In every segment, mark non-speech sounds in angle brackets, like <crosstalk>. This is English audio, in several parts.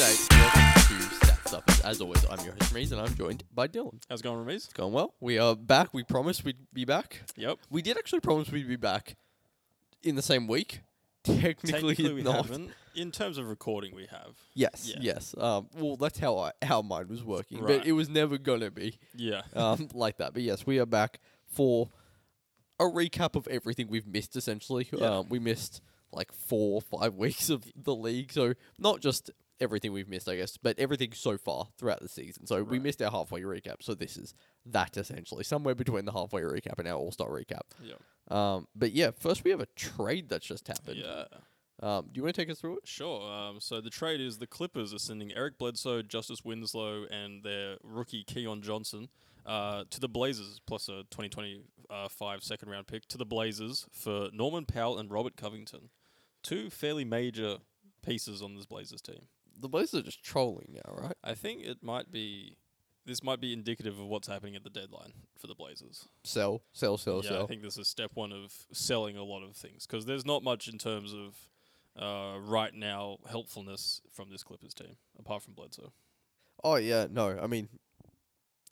welcome to Stats Up. As, as always, I'm your host, Reese, and I'm joined by Dylan. How's it going, Ramiz? It's going well. We are back. We promised we'd be back. Yep. We did actually promise we'd be back in the same week. Technically, Technically, we not. haven't. In terms of recording, we have. Yes, Yeah. yes. Um, well, that's how I, how mine was working, Right. but it was never gonna be Yeah. um, <laughs> like that. But yes, we are back for a recap of everything we've missed. Essentially, Yeah. um, we missed like four, <laughs> five weeks of the league, so not just everything we've missed, I guess, but everything so far throughout the season. So we Right. missed our halfway recap. So this is that essentially somewhere between the halfway recap and our All Star recap. Yep. Um, but yeah, first we have a trade that's just happened. Yeah. Um, do you want to take us through it? Sure. Um, so the trade is the Clippers are sending Eric Bledsoe, Justice Winslow, and their rookie Keon Johnson uh, to the Blazers, plus a 2025 second round pick to the Blazers for Norman Powell and Robert Covington. Two fairly major pieces on this Blazers team. The Blazers are just trolling now, right? I think it might be. This might be indicative of what's happening at the deadline for the Blazers. sell, sell, sell, yeah, I sell. think this is step one of selling a lot of things because there's not much in terms of uh, right now helpfulness from this Clippers team apart from Bledsoe. Oh yeah, no, I mean,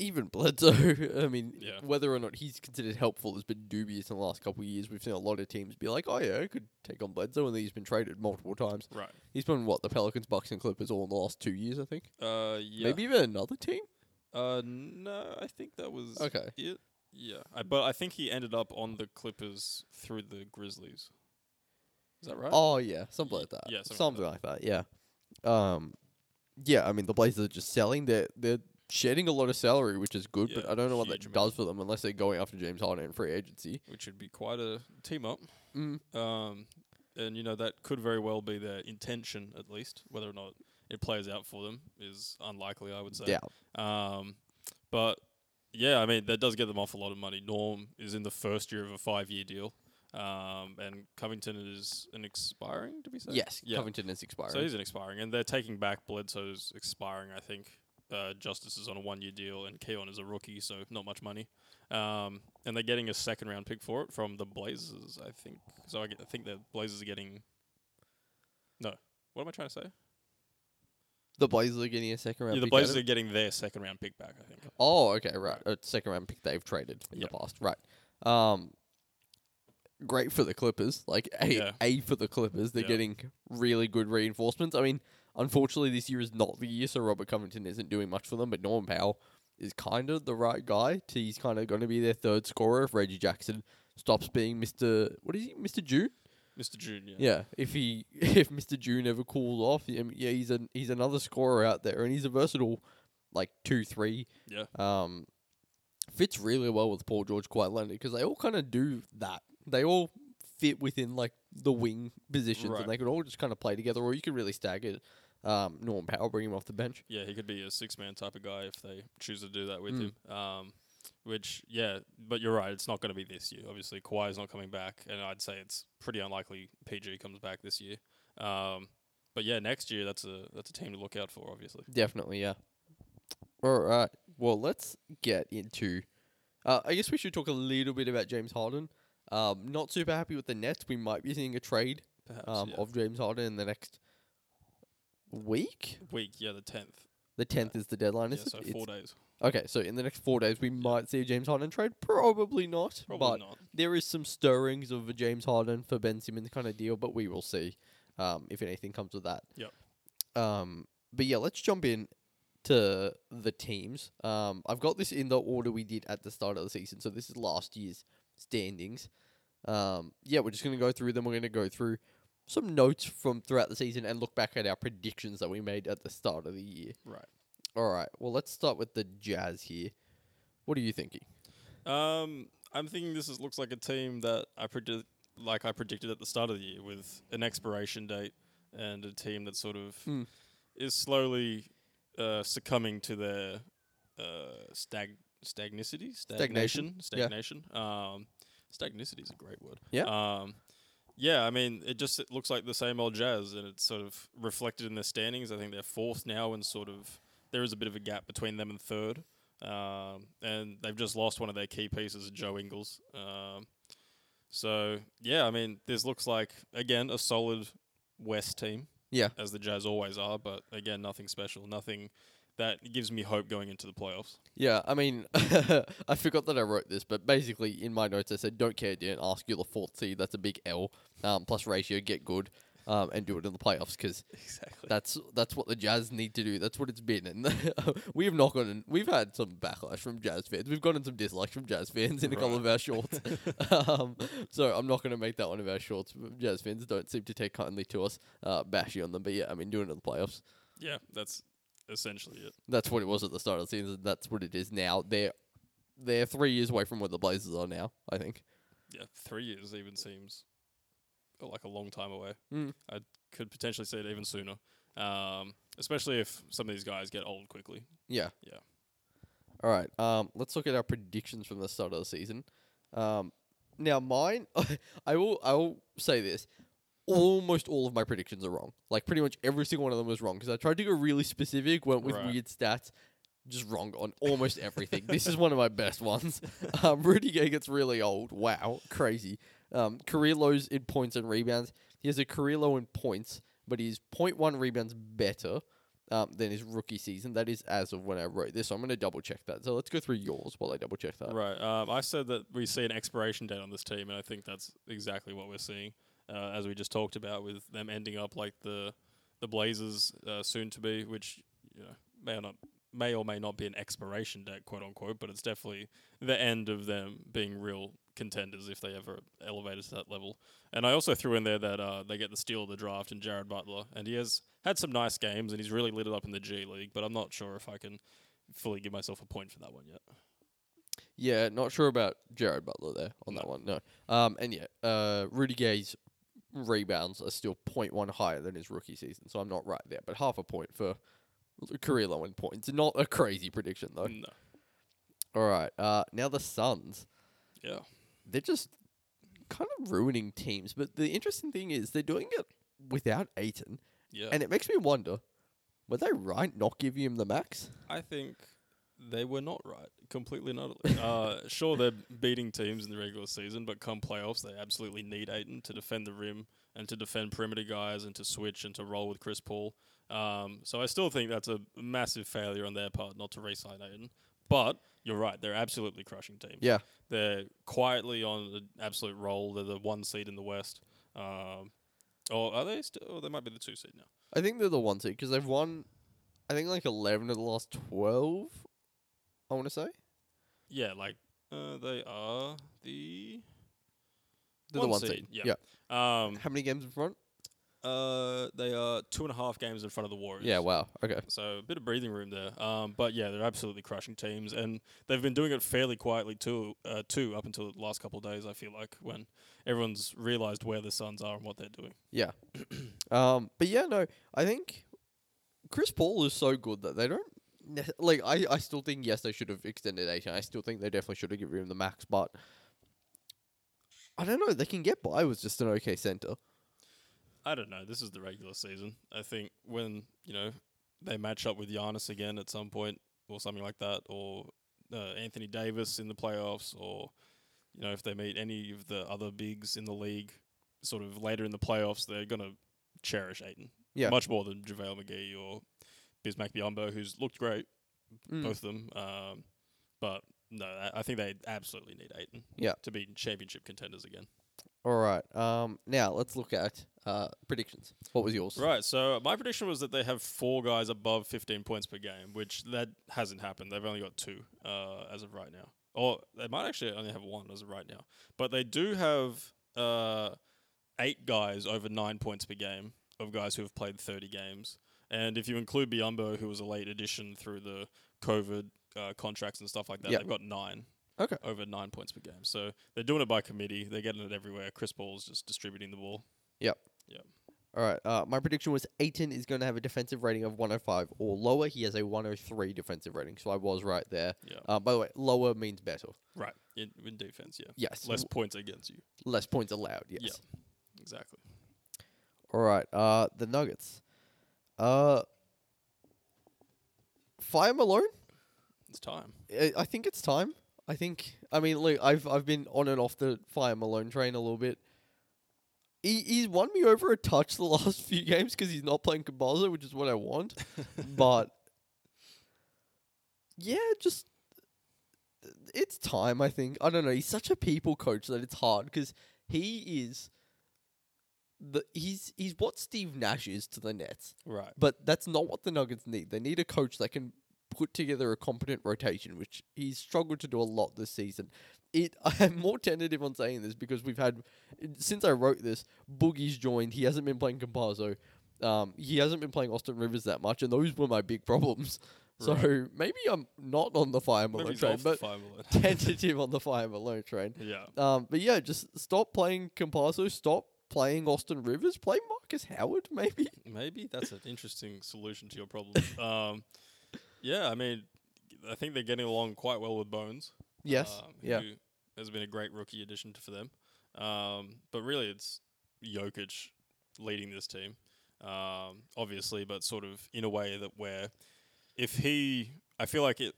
even <laughs> Bledsoe. I mean, Yeah. whether or not he's considered helpful has been dubious in the last couple of years. We've seen a lot of teams be like, "Oh yeah, I could take on Bledsoe," and then he's been traded multiple times. Right. He's been what the Pelicans, Bucks, and Clippers all in the last two years, I think. Uh, yeah. Maybe even another team. Uh, no, I think that was Okay. it. Yeah, I, but I think he ended up on the Clippers through the Grizzlies. Is that right? Oh yeah, something Y- like that. yeah, something something like that. Yeah. Um, yeah. I mean, the Blazers are just selling. They're they're shedding a lot of salary, which is good, but Yeah, I don't know what that huge does amount. for them unless they're going after James Harden in free agency. Which would be quite a team up. Mm. Um, and you know that could very well be their intention, at least. Whether or not it plays out for them is unlikely, I would say. Yeah. Um, but yeah, I mean that does get them off a lot of money. Norm is in the first year of a five-year deal, um, and Covington is an expiring. Did we say? Yes, Yeah. Covington is expiring. So he's an expiring, and they're taking back Bledsoe's expiring. I think uh, Justice is on a one-year deal, and Keon is a rookie, so not much money. Um, and they're getting a second-round pick for it from the Blazers, I think. So I, get, I think the Blazers are getting. No, what am I trying to say? The Blazers are getting a second round. Yeah, the pick out Blazers of- are getting their second-round pick back. I think. Oh, okay, right. A second round pick they've traded in Yep. the past, right? Um, great for the Clippers. Like a Yeah. a for the Clippers. They're Yeah. getting really good reinforcements. I mean, unfortunately, this year is not the year, so Robert Covington isn't doing much for them. But Norman Powell is kind of the right guy. To, he's kind of going to be their third scorer if Reggie Jackson stops being Mister. What is he, Mister June? Mr. June, yeah. Yeah, if he <laughs> if Mr. June ever cools off, I mean, yeah, he's an he's another scorer out there, and he's a versatile like two three. Yeah. Um, fits really well with Paul George, quite Leonard, because they all kind of do that. They all fit within like the wing positions, Right. and they could all just kind of play together, or you could really stagger. Um, Norm Powell, bring him off the bench. Yeah, he could be a six man type of guy if they choose to do that with Mm. him. Um, which, yeah, but you're right. It's not going to be this year. Obviously, Kawhi's not coming back, and I'd say it's pretty unlikely PG comes back this year. Um, but yeah, next year that's a that's a team to look out for. Obviously, Definitely, yeah. All right. Well, let's get into. Uh, I guess we should talk a little bit about James Harden. Um, not super happy with the Nets. We might be seeing a trade perhaps um, yeah. of James Harden in the next week. week. Yeah, the tenth. The tenth is the deadline, Yeah, is so it? four It's- days. okay, so in the next four days, we might see a James Harden trade. Probably not, Probably but not. there is some stirrings of a James Harden for Ben Simmons kind of deal, but we will see um, if anything comes of that. Yep. Um, but yeah, let's jump in to the teams. Um, I've got this in the order we did at the start of the season, so this is last year's standings. Um, yeah, we're just gonna go through them. We're gonna go through some notes from throughout the season and look back at our predictions that we made at the start of the year. Right. All right. Well, let's start with the Jazz here. What are you thinking? Um, I'm thinking this is, looks like a team that I predict, like I predicted at the start of the year, with an expiration date and a team that sort of Hmm. is slowly uh, succumbing to their uh, stag stagnicity, Stagnation, stagnation, yeah. stagnation. Um, stagnicity is a great word. Yeah. Um, yeah, I mean, it just it looks like the same old jazz, and it's sort of reflected in their standings. I think they're fourth now, and sort of there is a bit of a gap between them and third. Um, and they've just lost one of their key pieces, Joe Ingles. Um, so yeah, I mean, this looks like again a solid West team. Yeah. as the Jazz always are. But again, nothing special, nothing that gives me hope going into the playoffs. Yeah, I mean, <laughs> I forgot that I wrote this, but basically in my notes I said, "Don't care, Dan. Ask you the fourth seed. That's a big L. Um, plus ratio, get good, um, and do it in the playoffs because Exactly. that's that's what the Jazz need to do. That's what it's been, and <laughs> we have not gotten. We've had some backlash from Jazz fans. We've gotten some dislikes from Jazz fans in a couple of our shorts. um, so I'm not going to make that one of our shorts. Jazz fans don't seem to take kindly to us uh, bashing on them, but yeah, I mean, doing it in the playoffs. yeah, that's essentially it. That's what it was at the start of the season. That's what it is now. They're they're three years away from where the Blazers are now. I think. Yeah, three years even seems like a long time away. Mm. I could potentially see it even sooner, um, especially if some of these guys get old quickly. Yeah. Yeah. All right. Um, let's look at our predictions from the start of the season. Um, now mine, <laughs> I will I will say this. Almost all of my predictions are wrong. Like pretty much every single one of them was wrong because I tried to go really specific, went with Right. weird stats, just wrong on almost everything. this is one of my best ones. <laughs> Um, Rudy Gay gets really old. Wow, crazy. Um, career lows in points and rebounds. He has a career low in points, but he's 0.1 rebounds better um, than his rookie season. That is as of when I wrote this. So I'm going to double check that. So let's go through yours while I double check that. Right. Um, I said that we see an expiration date on this team, and I think that's exactly what we're seeing, uh, as we just talked about, with them ending up like the the Blazers uh, soon to be, which you know may or not may or may not be an expiration date, quote unquote, but it's definitely the end of them being real contenders if they ever elevated to that level. And I also threw in there that uh, they get the steal of the draft and Jared Butler, and he has had some nice games, and he's really lit it up in the G League, but I'm not sure if I can fully give myself a point for that one yet. Yeah, not sure about Jared Butler there on that No. one. No. Um, and yeah, uh, Rudy Gay's rebounds are still 0.1 higher than his rookie season. So I'm not right there, but half a point for career low in points. Not a crazy prediction though. No. All right. Uh, now the Suns. Yeah. They're just kind of ruining teams, but the interesting thing is they're doing it without Aiton, Yeah. and it makes me wonder. Were they right not giving him the max? I think they were not right. Completely and utterly. <laughs> uh, sure, they're beating teams in the regular season, but come playoffs, they absolutely need Aiton to defend the rim and to defend perimeter guys and to switch and to roll with Chris Paul. Um, so I still think that's a massive failure on their part not to re sign Aiton. But you're right, they're absolutely crushing teams. Yeah. They're quietly on an absolute roll. They're the one seed in the West. Um, or are they still? Oh, they might be the two seed now. I think they're the one seed because they've won, I think like eleven of the last twelve. I want to say Yeah, like uh, they are the they're the one One seed, seed. yeah. um How many games in front? uh they are two and a half games in front of the Warriors. Yeah. Wow. Okay. So a bit of breathing room there. Um, but yeah, they're absolutely crushing teams, and they've been doing it fairly quietly too. Uh, too up until the last couple of days, I feel like when everyone's realized where the Suns are and what they're doing. Yeah. <clears throat> um. But yeah, no. I think Chris Paul is so good that they don't ne- like. I I still think yes they should have extended eight. I still think they definitely should have given him the max, but. I don't know. They can get by with just an okay center. I don't know. This is the regular season. I think when you know they match up with Giannis again at some point or something like that, or uh, Anthony Davis in the playoffs, or you know if they meet any of the other bigs in the league, sort of later in the playoffs, they're gonna cherish Aiton. Yeah. much more than JaVale McGee or Bismack Biombo, who's looked great, Mm. both of them. Um, but no, I, I think they absolutely need Aiton. Yeah. to be championship contenders again. All right. Um. Now let's look at uh predictions. What was yours? Right. So my prediction was that they have four guys above 15 points per game, which that hasn't happened. They've only got two uh, as of right now, or they might actually only have one as of right now. But they do have uh, eight guys over nine points per game of guys who have played 30 games. And if you include Biombo, who was a late addition through the COVID uh, contracts and stuff like that, Yep. they've got nine. Okay. Over nine points per game. So they're doing it by committee. They're getting it everywhere. Chris Paul's just distributing the ball. All right. Uh, my prediction was Aiton is going to have a defensive rating of 105 or lower. He has a 103 defensive rating, so I was right there. Yeah. Uh, by the way, lower means better. Right. In, in defense, yeah. Yes. less Less, points against you. less points allowed. Yes. Yeah. Exactly. All right. Uh, the Nuggets. Uh, fire Malone. <laughs> It's time. I I think it's time. I think. I mean, look, I've I've been on and off the Fire Malone train a little bit. he, he's won me over a touch the <laughs> last few games because he's not playing Kabasa, which is what I want. but yeah, just it's time. I think I don't know. He's such a people coach that it's hard because he is the he's he's what Steve Nash is to the Nets, Right. but that's not what the Nuggets need. They need a coach that can put together a competent rotation, which he's struggled to do a lot this season. It <laughs> I'm more tentative on saying this because we've had since I wrote this, Boogie's joined. He hasn't been playing Compazzo. Um, he hasn't been playing Austin Rivers that much, and those were my big problems. <laughs> So maybe I'm not on the fire Maybe Malone he's train, off the but five <laughs> alert. <laughs> tentative on the fire Malone train. yeah. Um, but yeah, just stop playing Compazzo. Stop playing Austin Rivers. Play Marcus Howard, maybe. Maybe that's an interesting solution to your problem. <laughs> um, yeah, I mean, I think they're getting along quite well with Bones. Yes. um, yeah. Who has been a great rookie addition to, for them. Um, but really, it's Jokic leading this team, um, obviously, but sort of in a way that where if he, I feel like it,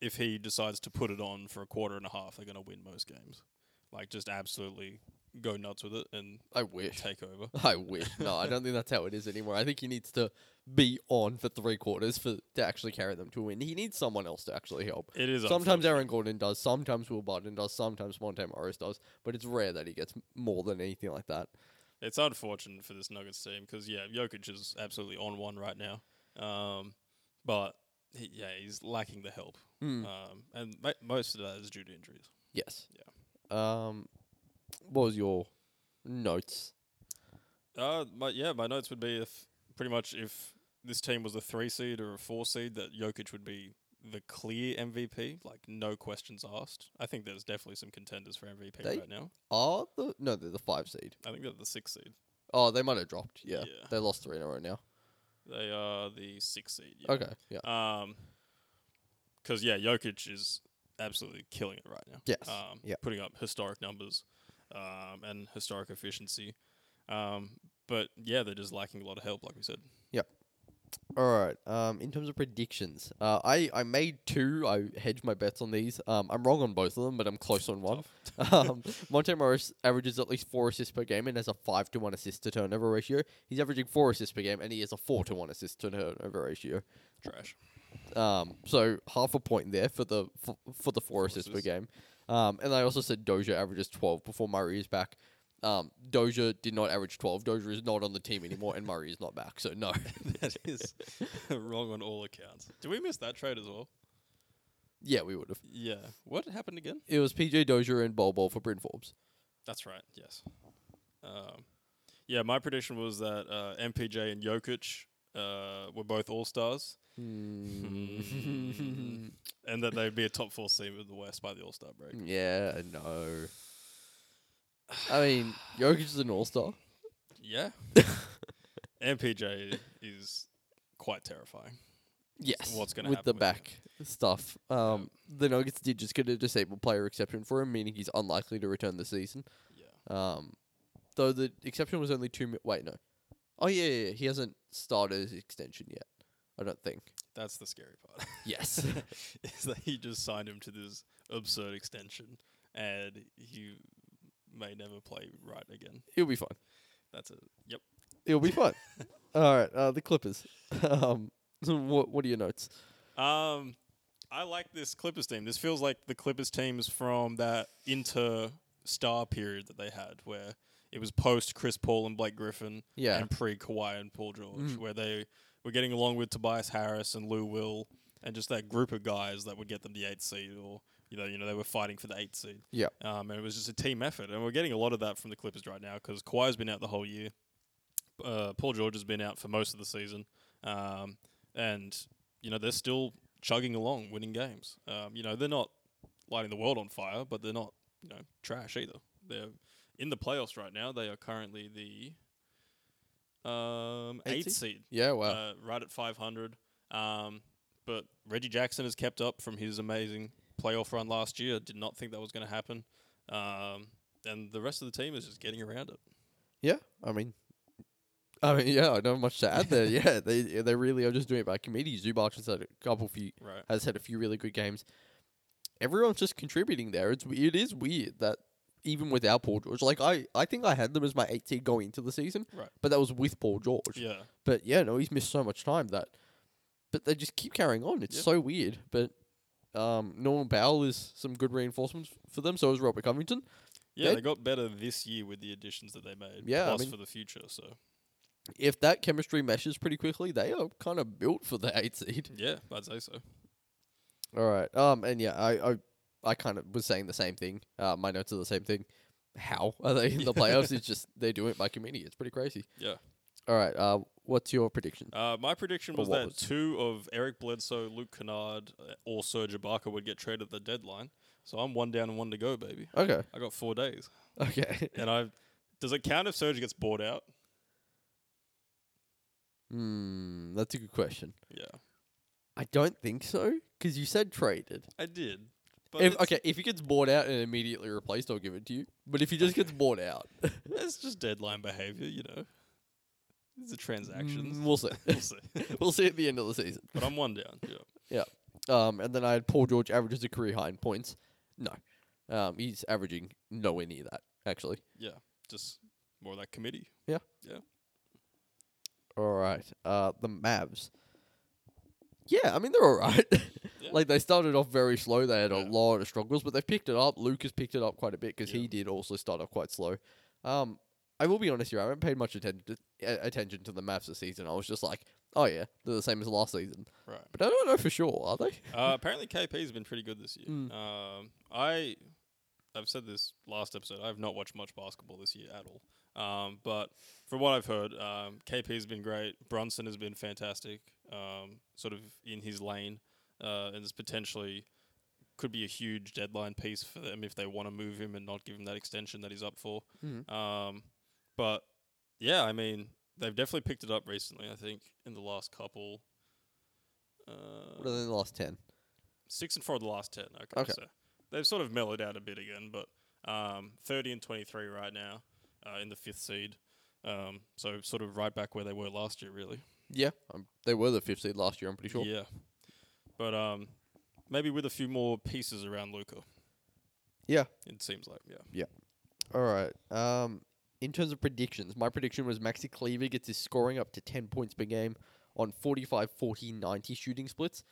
if he decides to put it on for a quarter and a half, they're going to win most games. Like just absolutely go nuts with it and I wish. <laughs> take over. I wish. No, I don't think that's how it is anymore. I think he needs to be on for three quarters for to actually carry them to a win. He needs someone else to actually help. It is Sometimes Aaron Gordon does, sometimes Will Barton does, sometimes Monte Morris does, but it's rare that he gets m- more than anything like that. It's unfortunate for this Nuggets team because yeah, Jokic is absolutely on one right now, um, but he, yeah, he's lacking the help, Hmm. um, and ma- most of that is due to injuries. Yes. Yeah. Um, what was your notes? Uh, my, yeah, my notes would be if pretty much if this team was a three seed or a four seed, that Jokic would be the clear MVP, like no questions asked. I think there's definitely some contenders for MVP They- right now. Are the no? They're the five seed. I think they're the six seed. Oh, they might have dropped. Yeah, Yeah. they lost three in a row now. They are the six seed. Yeah. Okay. Yeah. Um, because yeah, Jokic is absolutely killing it right now. Yes. Um, Yep. putting up historic numbers, um, and historic efficiency. Um, but yeah, they're just lacking a lot of help, like we said. All right. Um, in terms of predictions, uh, I I made two. I hedged my bets on these. Um, I'm wrong on both of them, but I'm close on one. <laughs> um, Monte Morris averages at least four assists per game and has a five to one assist to turnover ratio. He's averaging four assists per game and he has a four to one assist to turnover ratio. Trash. <laughs> Um, so half a point there for the for, for the four assists per assists. game. Um, and I also said Doja averages twelve before Murray is back. Um, Doja did not average twelve. Doja is not on the team anymore, and Murray is not back. So no. <laughs> that is <laughs> wrong on all accounts. Did we miss that trade as well? yeah, we would have. Yeah. What happened again? It was PJ Doja and Bol Bol for Bryn Forbes. That's right. Yes. Um, yeah, my prediction was that uh, MPJ and Jokic uh, were both all stars. Hmm. and that they'd be a top four seed in the West by the All Star break. <laughs> yeah, no. I mean, Jokic is an all star. <laughs> Yeah, MPJ is quite terrifying. Yes. what's gonna with happen the with him. back stuff? Um, the Nuggets did just get a disabled player exception for him, meaning he's unlikely to return this season. Yeah, Um, though the exception was only two. Mi- wait, no. Oh yeah, yeah, yeah, he hasn't started his extension yet. I don't think. that's the scary part. <laughs> Yes. is that he just signed him to this absurd extension, and he may never play right again. <laughs> He'll be fine. That's it. Yep. He'll be <laughs> fine. All right. Uh, the Clippers. <laughs> um, what what are your notes? Um, I like this Clippers team. This feels like the Clippers teams from that inter star period that they had, where it was post Chris Paul and Blake Griffin, Yeah. and pre Kawhi and Paul George, Mm. where they were getting along with Tobias Harris and Lou Will, and just that group of guys that would get them the eighth seed, or you know, you know, they were fighting for the eighth seed. Yeah. Um, and it was just a team effort, and we're getting a lot of that from the Clippers right now because Kawhi's been out the whole year. Uh, Paul George has been out for most of the season, um, and you know they're still chugging along, winning games. Um, you know they're not lighting the world on fire, but they're not you know trash either. They're in the playoffs right now. They are currently the um, Eight eighth seed, Yeah. Wow. uh, right at 500. Um, but Reggie Jackson has kept up from his amazing playoff run last year. Did not think that was going to happen. Um, and the rest of the team is just getting around it. Yeah, I mean, I mean, yeah, I don't have much to add <laughs> there. Yeah, they they really are just doing it by committee. Zubac has had a couple few Right. has had a few really good games. Everyone's just contributing there. It's it is weird that even without Paul George. Like I, I think I had them as my eight seed going into the season, Right. but that was with Paul George. Yeah. But yeah, no, he's missed so much time that. But they just keep carrying on. It's Yep. so weird. But um, Norman Powell is some good reinforcements for them. So is Robert Covington. Yeah, They- they got better this year with the additions that they made. Yeah, I plus mean- for the future. So If that chemistry meshes pretty quickly, they are kind of built for the <laughs> eight seed. yeah, I'd say so. All right. Um. And yeah, I, I, I kind of was saying the same thing. Uh, my notes are the same thing. How are they <laughs> in the playoffs? It's just they do it by committee. It's pretty crazy. Yeah. All right. Uh, what's your prediction? Uh, my prediction Or was what that was- two of Eric Bledsoe, Luke Kennard, uh, or Serge Ibaka would get traded at the deadline. So I'm one down and one to go, baby. Okay. <laughs> I got four days, Okay. and I does it count if Serge gets bought out? Hmm. That's a good question. Yeah, I don't think so because you said traded. I did. But If, it's, okay, if he gets bought out and immediately replaced, I'll give it to you. But if he just gets bought <laughs> out, it's just deadline behavior, you know. It's a mm, transactions. we'll see. we'll see. <laughs> we'll see at the end of the season. <laughs> but I'm one down. Yeah. Um, and then I had Paul George averages a career high in points. No, um, he's averaging nowhere near that actually. Yeah, just more of that committee. All right. Uh, the Mavs. Yeah, I mean they're all <laughs> right. Yeah. Like they started off very slow. They had a Yeah. lot of struggles, but they've picked it up. Lucas picked it up quite a bit because Yeah. he did also start off quite slow. Um, I will be honest here. I haven't paid much attention to, a- attention to the Mavs this season. I was just like, oh yeah, they're the same as last season. Right. But I don't know for sure. Are they? Uh, apparently, KP's been pretty good this year. Mm. Um, I, I've said this last episode. I've not watched much basketball this year at all. Um, but from what I've heard, um, KP's been great. Brunson has been fantastic. Um, sort of in his lane, uh, and is potentially could be a huge deadline piece for them if they want to move him and not give him that extension that he's up for. Mhm. Um, but yeah, I mean, they've definitely picked it up recently. I think in the last couple. Uh, What are they in the last ten? six and four of the last ten. Okay, Okay. so they've sort of mellowed out a bit again, but um, thirty and twenty-three right now uh, in the fifth seed. Um, so sort of right back where they were last year, really. Yeah, um, they were the fifth seed last year. I'm pretty sure. Yeah, but um, maybe with a few more pieces around Luca. Yeah. it seems like yeah. All right. Um, in terms of predictions, my prediction was Maxi Cleaver gets his scoring up to 10 points per game on 45, 40, 90 shooting splits.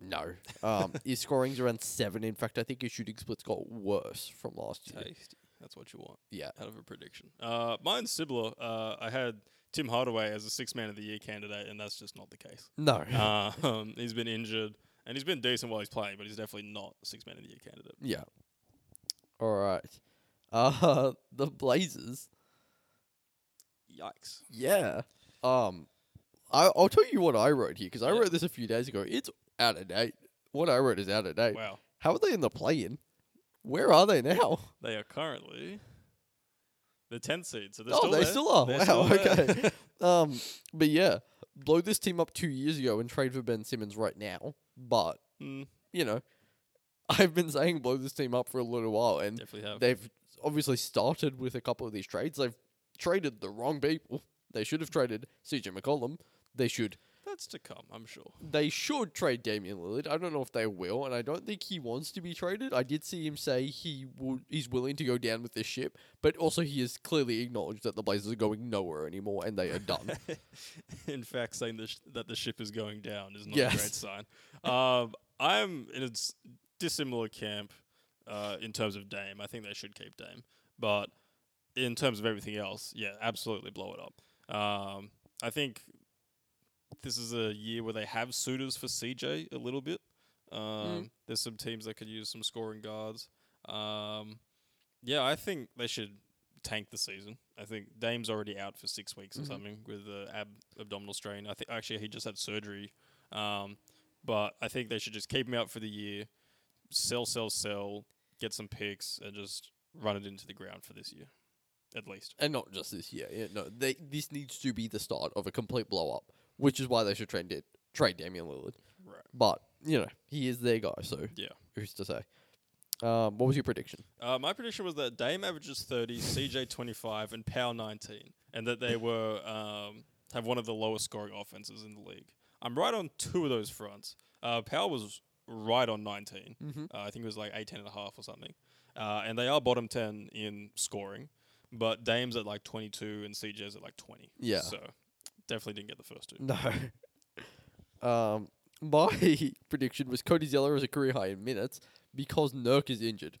No. <laughs> Um, his scoring's around 7. In fact, I think his shooting splits got worse from last year. Tasty. That's what you want. Yeah. Out of a prediction. Uh, mine's similar. Uh, I had Tim Hardaway as a six man of the year candidate, and that's just not the case. No. uh, <laughs> um, he's been injured and he's been decent while he's playing, but he's definitely not six man of the year candidate. yeah. All right. Uh, <laughs> the Blazers. Yikes! Yeah. Um, I, I'll tell you what I wrote here because I Yeah. wrote this a few days ago. It's out of date. What I wrote is out of date. Wow, How are they in the play-in? Where are they now? they are currently the tenth seed, so they're oh, still they there. still are. They're wow. still there. <laughs> okay. um, but yeah, blow this team up two years ago and trade for Ben Simmons right now. But Mm, you know, <laughs> I've been saying blow this team up for a little while, and definitely have. they've obviously started with a couple of these trades. They've traded the wrong people. They should have traded CJ McCollum. They should. That's to come, I'm sure. <laughs> They should trade Damian Lillard. I don't know if they will, and I don't think he wants to be traded. I did see him say he would. He's willing to go down with this ship, but also he has clearly acknowledged that the Blazers are going nowhere anymore, and they are <laughs> done. in fact, saying the sh- that the ship is going down is not a great Yes. sign. Um, I'm in a s- dissimilar camp uh, in terms of Dame. I think they should keep Dame, but in terms of everything else, yeah, absolutely blow it up. Um, I think this is a year where they have suitors for CJ a little bit. Um, There's some teams that could use some scoring guards. Um, yeah, I think they should tank the season. I think Dame's already out for six weeks or Mhm. something with the ab abdominal strain. I think actually he just had surgery, um, but I think they should just keep him out for the year, sell, sell, sell, get some picks, and just run it into the ground for this year, at least. and not just this year. Yeah, no, they, this needs to be the start of a complete blow up, which is why they should trade it, trade Damian Lillard. Right. But you know, he is their guy, so Yeah. who's to say? Um, what was your prediction? <laughs> Uh, my prediction was that Dame averages 30, CJ 25, and Powell 19, and that they were um, have one of the lowest scoring offenses in the league. I'm right on two of those fronts. Uh, Powell was right on 19. Mhm. Uh, I think it was like 18 and a half or something. uh, and they are bottom ten in scoring, but Dame's at like twenty two and CJ's at like twenty. Yeah. Mm. so definitely didn't get the first two. No. Um, my <laughs> prediction was Cody Zeller is a career high in minutes because Nurk is injured.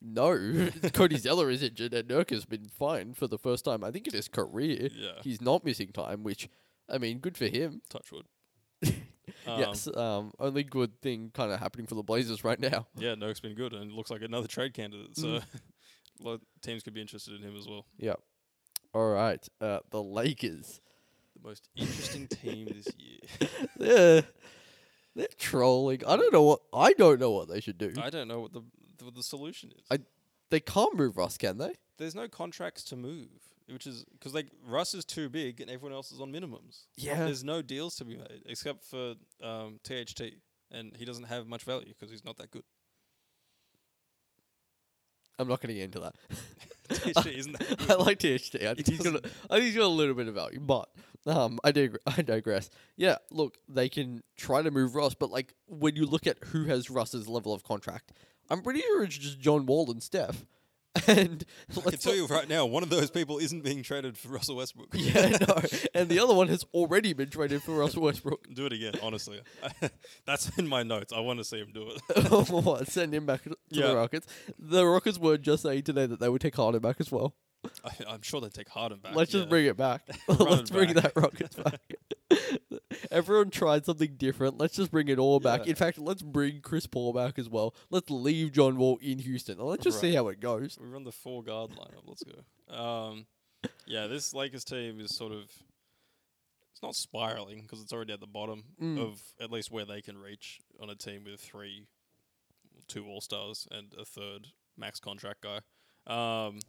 No, <laughs> <laughs> Cody Zeller is injured and Nurk has been fine for the first time, I think, in his career. Yeah, He's not missing time, which, I mean, good for him. touch wood. <laughs> yes, um, only good thing kind of happening for the Blazers right now. Um, Yeah, Nurk's been good and looks like another trade candidate. So Mm. <laughs> a lot of teams could be interested in him as well. <laughs> Yep. All right, uh, the Lakers. The most interesting team this year. <laughs> they're, they're trolling. I don't know what I don't know what they should do. I don't know what the what the solution is. I- they can't move Russ, can they? There's no contracts to move, which is because like Russ is too big and everyone else is on minimums. Yeah. There's no deals to be made except for um, THT, and he doesn't have much value because he's not that good. <laughs> I'm not going to get into <laughs> that. <laughs> THT isn't that I good. like THT. I think, he's got a, I think he's got a little bit of value, but um, I dig- <laughs> I digress. Yeah, look, they can try to move Russ, but like when you look at who has Russ's level of contract, I'm pretty sure it's just John Wall and Steph. <laughs> And I can let's tell not- you right now, one of those people isn't being traded for Russell Westbrook. <laughs> yeah, no. And the other one has already been traded for Russell Westbrook. <laughs> <laughs> Do it again, honestly. <laughs> That's in my notes. I want to see him do it. <laughs> what, send him back to Yeah. the Rockets. The Rockets were just saying today that they would take Harden back as well. I, I'm sure they take Harden back. Let's just yeah. bring it <laughs> back. <laughs> Run Let's it bring back. that Rockets back. <laughs> <laughs> Everyone tried something different. Let's just bring it all back. Yeah. In fact, let's bring Chris Paul back as well. Let's leave John Wall in Houston. and Let's just see Right. how it goes. We run the four guard lineup. Let's go. Um, yeah, this Lakers team is sort of it's not spiraling because it's already at the bottom Mm. of at least where they can reach on a team with three, two All Stars and a third max contract guy. Um,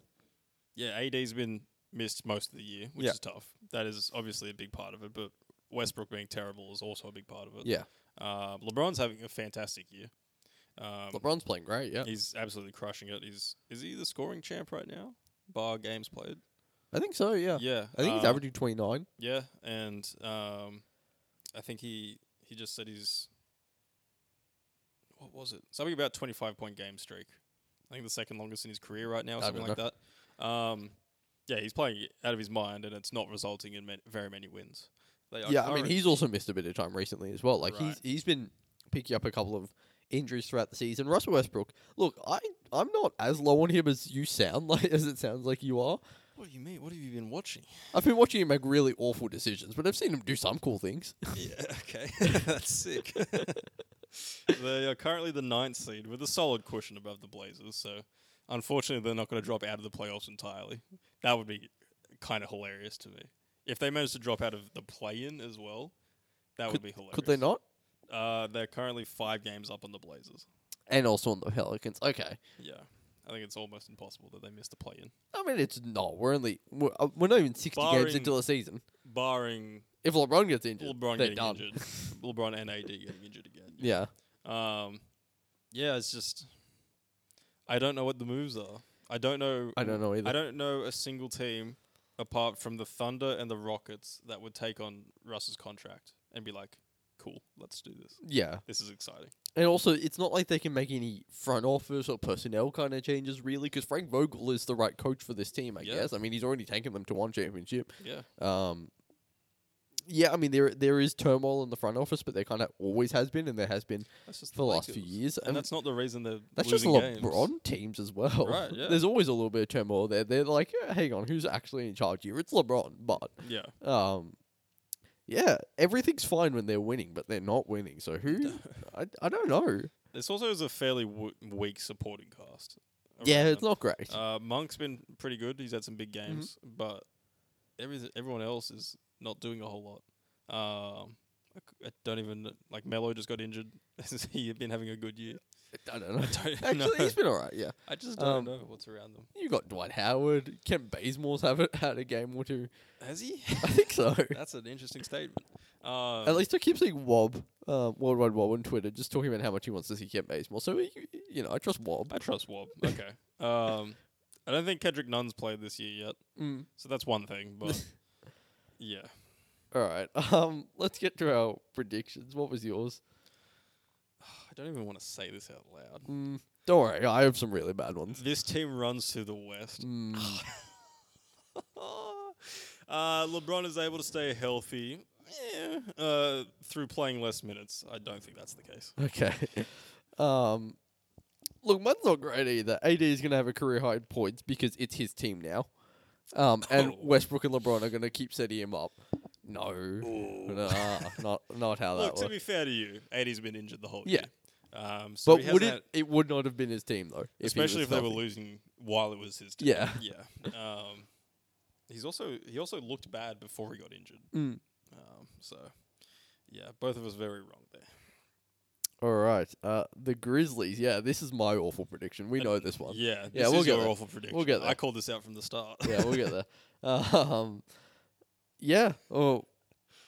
yeah, AD's been missed most of the year, which Yeah. is tough. That is obviously a big part of it, but Westbrook being terrible is also a big part of it. Yeah. Uh, LeBron's having a fantastic year. Um, LeBron's playing great. Yeah. He's absolutely crushing it. He's is he the scoring champ right now? Bar games played. I think so. Yeah. Yeah, I think he's uh, averaging 29. Yeah, and um, I think he he just said he's what was it? Something about twenty five point game streak. I think the second longest in his career right now, or I something don't like that. Um, yeah, he's playing out of his mind, and it's not resulting in man- very many wins. They are yeah. I mean, current- he's also missed a bit of time recently as well. Like, Right. he's he's been picking up a couple of injuries throughout the season. Russell Westbrook, look, I, I'm not as low on him as you sound, <laughs> like as it sounds like you are. What do you mean? What have you been watching? I've been watching him make really awful decisions, but I've seen him do some cool things. <laughs> yeah, <laughs> okay. That's sick. <laughs> they are currently the ninth seed with a solid cushion above the Blazers, so unfortunately they're not going to drop out of the playoffs entirely. That would be kind of hilarious to me. If they managed to drop out of the play in as well, that would be hilarious. Could they not? Uh, they're currently five games up on the Blazers. and also on the Pelicans. Okay, Yeah. I think it's almost impossible that they miss the play in. I mean it's not. We're only we're, uh, we're not even sixty games Barring- into the season. Barring If LeBron gets injured, LeBron they're getting done. <laughs> injured, LeBron and AD getting injured again. yeah, Um, yeah, it's just I don't know what the moves are. I don't know. I don't know either. I don't know a single team apart from the Thunder and the Rockets that would take on Russ's contract and be like, "Cool, let's do this. yeah, This is exciting." and also it's not like they can make any front office or personnel kind of changes really, because Frank Vogel is the right coach for this team. I Yeah. guess. I mean he's already taken them to one championship. Yeah, Um, yeah, I mean there there is turmoil in the front office, but there kind of always has been, and there has been that's just for the last few Lakers. years. and that's not the reason they're That's just losing LeBron games. teams as well. Right, <laughs> yeah. There's always a little bit of turmoil there. They're like, "Yeah, hang on, who's actually in charge here? It's LeBron. But Yeah, um, yeah, everything's fine when they're winning, but they're not winning. So who? I, I don't know. <laughs> this also is a fairly w- weak supporting cast. Yeah, around it's them. not great. Uh, Monk's been pretty good. He's had some big Mm-hmm. games, but every, everyone else is not doing a whole lot. Um, I, c- I don't even kn- like Melo just got injured. <laughs> Has he been having a good year? <laughs> I don't I <laughs> know. <laughs> don't know. Actually, he's been all right. Yeah, I just don't um, know what's around them. you got Dwight Howard. Ken Bazemore's have it, had a <laughs> game or two. <laughs> Has he? I think so. <laughs> <laughs> That's an interesting statement. Um, At least I keep seeing Wob, uh, Worldwide Wob on Twitter, just talking about how much he wants to see Ken Bazemore. So you, you know, I trust Wob. I trust Wob. Okay. Um, I don't think Kendrick Nunn's played this year yet, Mm. so that's one <laughs> thing. But yeah, <sighs> All right. <laughs> Um, let's get to our predictions. What was yours? I don't even want to say this out loud. Mm, Don't worry, I have some really bad ones. This team runs to the west. <sighs> Mm, Ah. uh, LeBron is able to stay healthy eh, uh, through playing less minutes. I don't think that's the case. okay. Um, look, mine's not great either. AD is going to have a career high in points because it's his team now. Um, and <laughs> Oh. Westbrook and LeBron are going to keep setting him up. No, nah, not not <laughs> how Oh, that Look, works. to be fair to you, AD's been injured the whole Yeah. year. Um, so he but has would that, it? It would not have been his team though, he especially was if they were healthy. losing while it was his team. Yeah. <laughs> yeah. Um, he's also he also looked bad before he got injured. Mm. Um, so, yeah, both of us very wrong there. All right, uh, the Grizzlies. Yeah, this is my awful prediction. We Uh, know this one. Yeah, this Yeah, we'll is get your there. awful prediction. get there. I called this out from the start. <laughs> yeah, we'll get there. Um, yeah. Oh,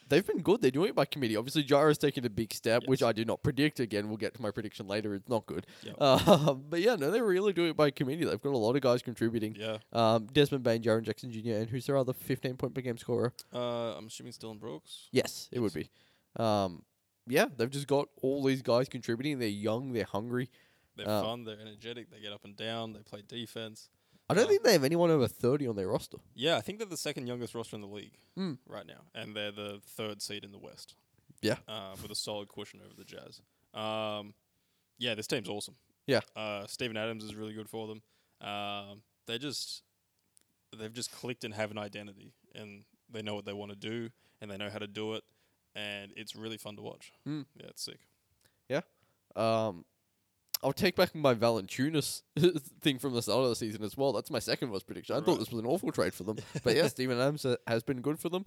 they've been good. They're doing it by committee. Obviously, Gyro's taking a big step, which Yes. I did not predict. Again, we'll get to my prediction later. It's not good. Yep. <laughs> Um, but yeah, no, they're really doing it by committee. They've got a lot of guys contributing. <laughs> yeah. Um, Desmond Bain, Jaron Jackson Jr., and who's their other 15 point per game scorer? Uh, I'm assuming it's Dylan Brooks. Yes, it would be. Um, yeah, they've just got all these guys contributing. They're young, they're hungry. They're Uh, fun. They're energetic. They get up and down. They play defense. I don't Uh, think they have anyone over 30 on their roster. Yeah, I think they're the second youngest roster in the league Mm. right now, and they're the third seed in the West. Yeah. uh, with a solid cushion over the Jazz. Um, yeah, this team's awesome. Yeah. uh, Stephen Adams is really good for them. Um, they just they've just clicked and have an identity, and they know what they want to do, and they know how to do it, and it's really fun to watch. Mm. Yeah, it's sick. Um, I'll take back my Valanchunas <laughs> thing from the start of the season as well. That's my second worst prediction. I thought Right. this was an awful trade for <laughs> them, but yeah, Steven Adams uh, has been good for them.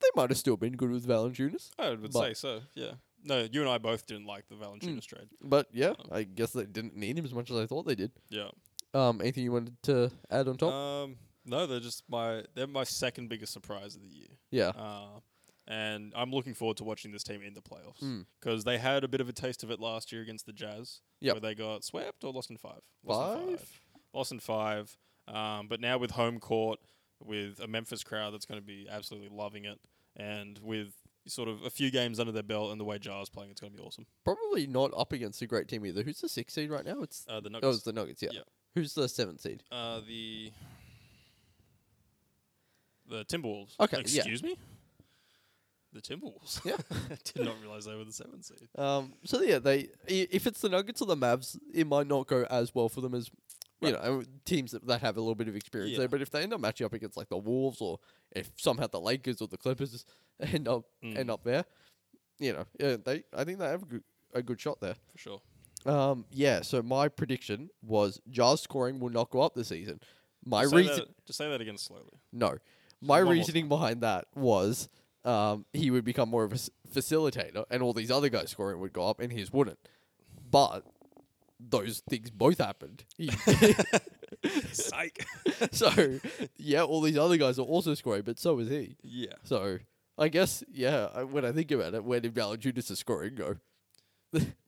They might have still been good with Valanchunas, I would But- say so. Yeah. No, you and I both didn't like the Valanciunas Hmm. trade. but yeah, I guess they didn't need him as much as I thought they did. Yeah. Um, anything you wanted to add on top? Um, no, they're just my they're my second biggest surprise of the year. yeah, Uh, and I'm looking forward to watching this team in the playoffs Mm. because they had a bit of a taste of it last year against the Jazz, Yep. where they got swept or lost in five. Lost in five. Lost in five. Um, but now with home court, with a Memphis crowd that's going to be absolutely loving it, and with sort of a few games under their belt and the way Jar's playing, it's going to be awesome. Probably not up against a great team either. Who's the sixth seed right now? It's Uh, the oh, it's Nuggets. the Nuggets. Yeah. Yeah. Who's the seventh seed? uh, the the Timberwolves. Okay, yeah. Excuse me. The Timberwolves. <laughs> Yeah. Did not realize they were the seventh seed. Um, so yeah, they i- if it's the Nuggets or the Mavs, it might not go as well for them as you know teams that, that have a little bit of experience Yeah. there. But if they end up matching up against like the Wolves or if somehow the Lakers or the Clippers <laughs> end up end Mm. up there, you know, yeah, they I think they have a good, a good shot there. For sure. Um, yeah. So my prediction was Jars scoring will not go up this season. My Just say reason, that- just say that <laughs> again slowly. no, my one more reasoning behind that was. Um, he would become more of a s- facilitator, and all these other guys scoring would go up, and his wouldn't but those things both <laughs> happened. <laughs> Psych. so, yeah, all these other guys are also scoring, but so is he. yeah. So, I guess, yeah, I, when I think about it, where did Valanciunas' scoring go?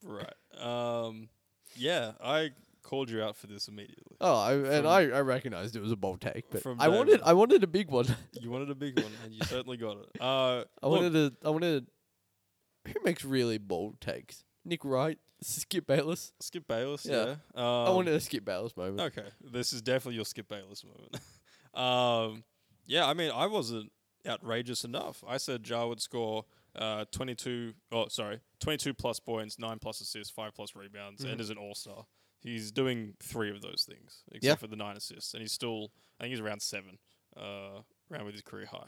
Right. Um. Yeah, I called you out for this immediately. Oh, I, and From- I, I recognized it was a bold take, but From I day wanted one. I wanted a big one. <laughs> You wanted a big one, and you certainly got it. Uh, I look, wanted a I wanted who makes really bold takes? Nick Wright, Skip Bayless. Skip Bayless. Yeah. Yeah. Um, I wanted a Skip Bayless moment. Okay, this is definitely your Skip Bayless moment. <laughs> um, yeah, I mean, I wasn't outrageous enough. I said Jar would score uh, 22, oh, sorry, 22 plus points, 9 plus assists, 5 plus rebounds, and is an all star. He's doing three of those things, except Yeah. for the 9 assists. And he's still, I think he's around 7, uh, around with his career high.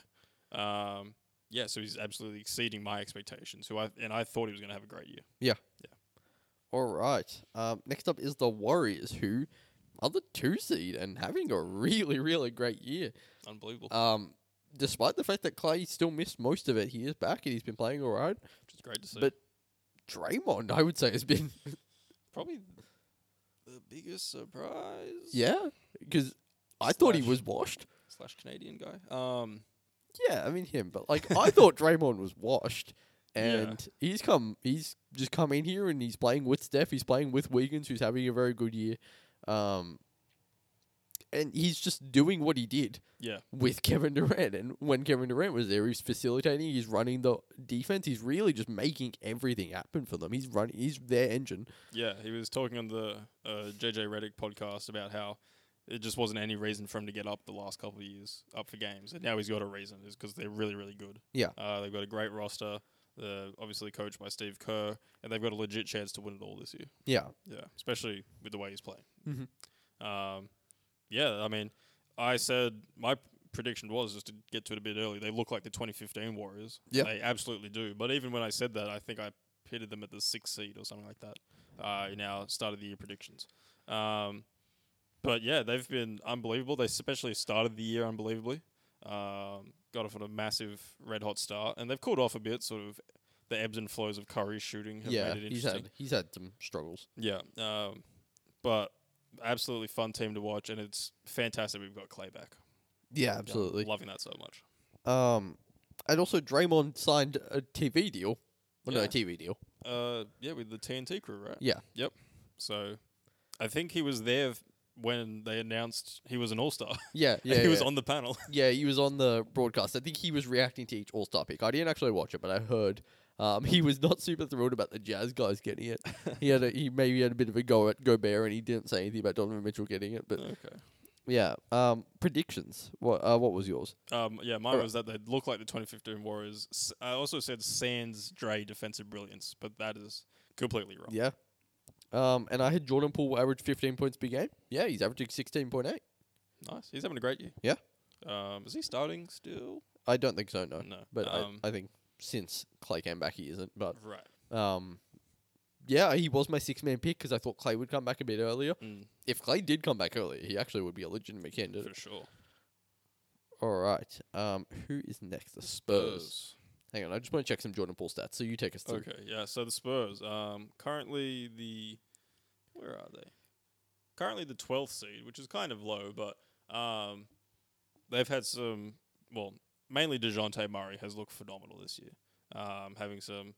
Um, yeah, so he's absolutely exceeding my expectations. Who I and I thought he was going to have a great year. All right. Um, next up is the Warriors, who are the two seed and having a really, really great year. Unbelievable, Um, despite the fact that Clay still missed most of it, he is back and he's been playing all right. which is great to see. but Draymond, I would say, has been <laughs> probably the biggest surprise. yeah, because I thought he Slash. was washed. Slash Canadian guy. Um, Yeah, I mean him, but like I <laughs> thought Draymond was washed, Yeah. and he's come, he's just come in here and he's playing with Steph, he's playing with Wiggins, who's having a very good year. Um, and he's just doing what he did Yeah. with Kevin Durant. And when Kevin Durant was there, he's facilitating, he's running the defense, he's really just making everything happen for them. He's running, he's their engine. Yeah, he was talking on the uh, JJ Reddick podcast about how it just wasn't any reason for him to get up the last couple of years up for games, and now he's got a reason is because they're really really good. Yeah. uh, they've got a great roster. They're obviously coached by Steve Kerr, and they've got a legit chance to win it all this year. Yeah, Yeah, especially with the way he's playing. Mhm. Um, yeah, I mean, I said my p- prediction was just to get to it a bit early. They look like the 2015 Warriors. Yeah. they absolutely do. But even when I said that, I think I pitted them at the sixth seed or something like that. Uh, in our start of the year predictions. Um, but yeah, they've been unbelievable. They especially started the year unbelievably. Um, got off on a massive red hot start, and they've cooled off a bit. Sort of the ebbs and flows of Curry's shooting have yeah, made it he's interesting. had he's had some struggles. Yeah, um, but absolutely fun team to watch, and it's fantastic we've got Clay back. Yeah, Yeah, absolutely. loving that so much. Um, and also Draymond signed a TV deal. Well, no, Yeah. a TV deal. Uh, yeah, with the TNT crew, right? Yeah. Yep. So, I think he was there f- when they announced he was an <laughs> All Star. Yeah, yeah, <laughs> he yeah. was on the panel. <laughs> Yeah, he was on the broadcast. I think he was reacting to each All Star pick. I didn't actually watch it, but I heard um, <laughs> he was not super thrilled about the Jazz guys getting <laughs> it. he had a, he maybe had a bit of a go at Gobert, and he didn't say anything about Donovan Mitchell getting it. But okay. yeah, um, predictions. What uh, what was yours? Um, yeah, mine Alright. was that they look like the 2015 Warriors. S- I also said Sans Dre defensive brilliance, but that is completely wrong. Yeah. Um, and I had Jordan Poole average 15 points per game. Yeah, he's averaging 16.8. Nice. He's having a great year. Yeah. Um, is he starting still? I don't think so, no. No. Uh, But um, I, I think since Clay came back, he isn't. But right. um, yeah, he was my six man pick because I thought Clay would come back a bit earlier. Mm, If Clay did come back earlier, he actually would be a legitimate candidate. for sure. All right. Um, who is next? The Spurs. Hang on, I just want to check some Jordan Poole stats. So you take us through. Okay, yeah. So the Spurs, um, currently the where are they? Currently the twelfth seed, which is kind of low, but um, they've had some. Well, mainly Dejounte Murray has looked phenomenal this year, um, having some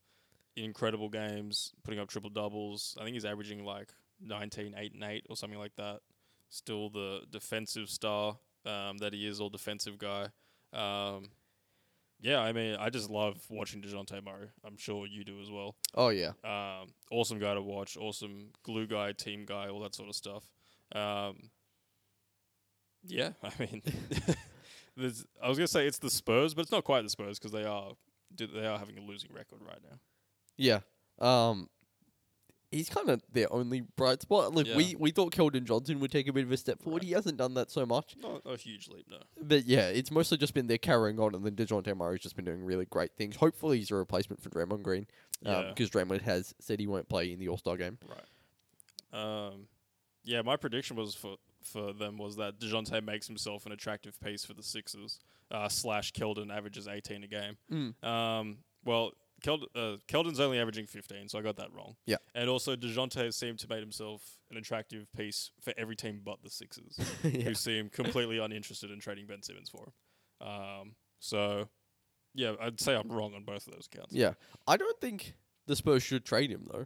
incredible games, putting up triple doubles. I think he's averaging like 19, 8, and 8 or something like that. Still the defensive star um, that he is, all defensive guy. Um, yeah, I mean, I just love watching Dejounte Murray. I'm sure you do as well. Oh yeah. Um, awesome guy to watch. Awesome glue guy, team guy, all that sort of stuff. Um, yeah, <laughs> I mean, there's, I was gonna say it's the Spurs, but it's not quite the Spurs because they are do- they are having a losing record right now. Yeah. Um, he's kind of their only bright spot. Look, Yeah. we we thought Keldon Johnson would take a bit of a step forward. Right. He hasn't done that so much. Not a huge leap, no. But yeah, it's mostly just been they're carrying on, and then Dejounte Murray's just been doing really great things. Hopefully, he's a replacement for Draymond Green because Yeah. Draymond has said he won't play in the All Star game. Um, yeah, my prediction was for for them was that Dejounte makes himself an attractive piece for the Sixers. Uh, slash Keldon averages 18 a game. Mm. Um, well, Keld- uh, Keldon's only averaging 15, so I got that wrong. Yeah. And also, DeJounte seemed to make himself an attractive piece for every team but the Sixers, <laughs> yeah. who seem completely uninterested in trading Ben Simmons for him. Um, so, yeah, I'd say I'm wrong on both of those counts. yeah, I don't think the Spurs should trade him though.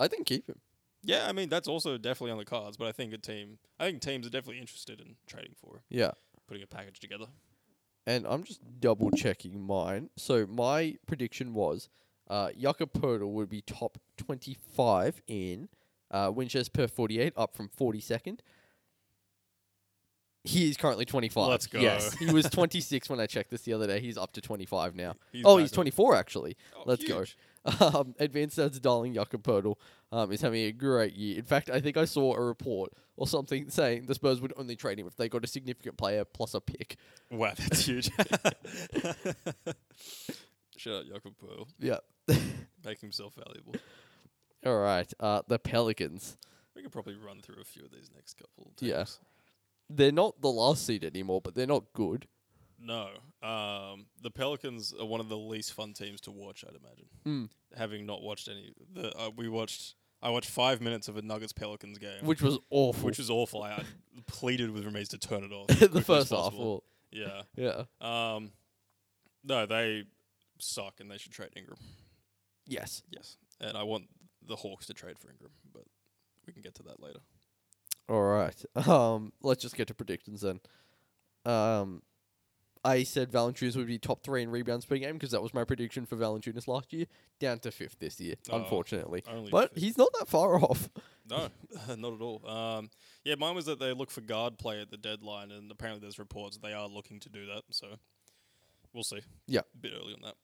I think keep him. Yeah, I mean, that's also definitely on the cards, but I think a team, I think teams are definitely interested in trading for him, Yeah, putting a package together. and I'm just double checking mine. So my prediction was, uh, Yucca Purtle would be top 25 in uh, Winchester per 48, up from 42nd. He is currently 25. Let's go. Yes, he <laughs> was 26 when I checked this the other day. He's up to 25 now. He's oh, he's back on- 24 actually. Oh, Let's go. huge. <laughs> Um, Advanced Stats darling Yucca Purtle um, is having a great year. In fact, I think I saw a report or something saying the Spurs would only trade him if they got a significant player plus a pick. Wow, that's huge. <laughs> Shout out Jakob Pearl, Yeah. making himself valuable. <laughs> All right. Uh, the Pelicans. We could probably run through a few of these next couple. Teams. Yeah. They're not the last seed anymore, but they're not good. No. Um, the Pelicans are one of the least fun teams to watch, I'd imagine. Mm. Having not watched any, the, uh, we watched. I watched five minutes of a Nuggets Pelicans game, which, Which was awful. was awful. I, I pleaded with Ramiz to turn it off. as quickly <laughs> the as first half. oh. possible. Or, Yeah. yeah. Um, no, they suck, and they should trade Ingram. Yes. Yes, and I want the Hawks to trade for Ingram, but we can get to that later. All right. <laughs> Um, let's just get to predictions then. Um, I said Valanciunas would be top three in rebounds per game because that was my prediction for Valanciunas last year. Down to fifth this year, Oh, unfortunately. Only But fifth. he's not that far <laughs> off. No, <laughs> not at all. Um, yeah, mine was that they look for guard play at the deadline, and apparently there's reports they are looking to do that. So we'll see. Yeah. a bit early on that.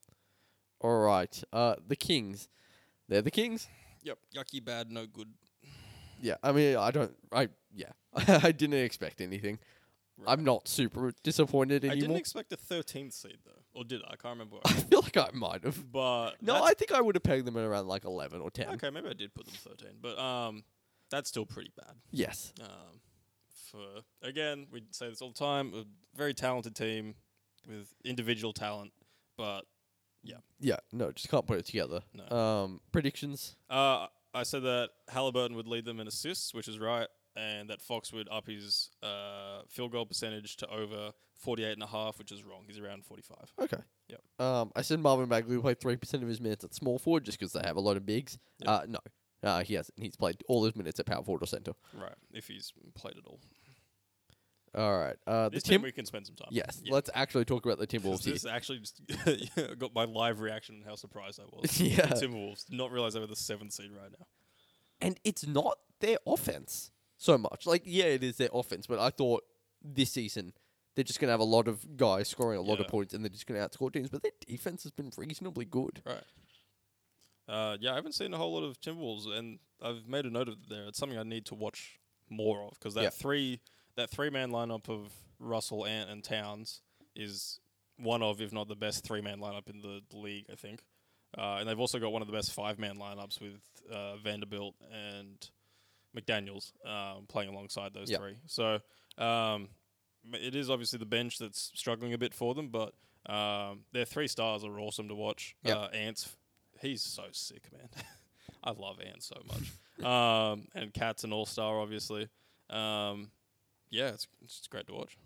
All right. Uh, the Kings. They're the Kings. Yep, yucky, bad, no good. Yeah. I mean, I don't. I yeah. <laughs> I didn't expect anything. I'm not super disappointed I didn't anymore. expect a 13th seed though, or did I? I can't remember. <laughs> I feel like I might have. but No, that's- I think I would have pegged them at around like eleven or ten. okay, maybe I did put them 13, but um, that's still pretty bad. Yes. Um, for again, we say this all the time: a very talented team with individual talent, but Yeah. No, just can't put it together. No. Um, predictions. Uh, I said that Halliburton would lead them in assists, which is right, and that Fox would up his uh, field goal percentage to over 48 and a half, which is wrong. He's around 45. Okay. Yep. Um, I said Marvin Bagley will play three percent of his minutes at small forward just because they have a lot of bigs. Yep. Uh, no. Uh, he hasn't. He's played all his minutes at power forward or center. Right, if he's played at all. All right. Uh, the This Tim. team we can spend some time. on. yes. Yeah. Let's actually talk about the 'Cause Timberwolves here. This actually just <laughs> yeah, got my live reaction and how surprised I <laughs> was. Yeah. The Timberwolves. Did not realize they were the seventh seed right now. and it's not their offense so much. Like, yeah, it is their offense, but I thought this season they're just going to have a lot of guys scoring a lot of Yeah. points and they're just going to outscore teams. But their defense has been reasonably good. Right. Uh, yeah, I haven't seen a whole lot of Timberwolves, and I've made a note of it there. It's something I need to watch more of because that Yeah. three that three man lineup of Russell, Ant, and Towns is one of, if not the best three man lineup in the league, I think. Uh, and they've also got one of the best five man lineups with uh, Vanderbilt and McDaniel's um, playing alongside those Yeah. three. So um, m- it is obviously the bench that's struggling a bit for them, but um, their three stars are awesome to watch. Yep. Uh, Ants, he's so sick, man. <laughs> I love Ants so much. <laughs> um, and Cat's an all star, obviously. Um, yeah, it's, it's just great to watch.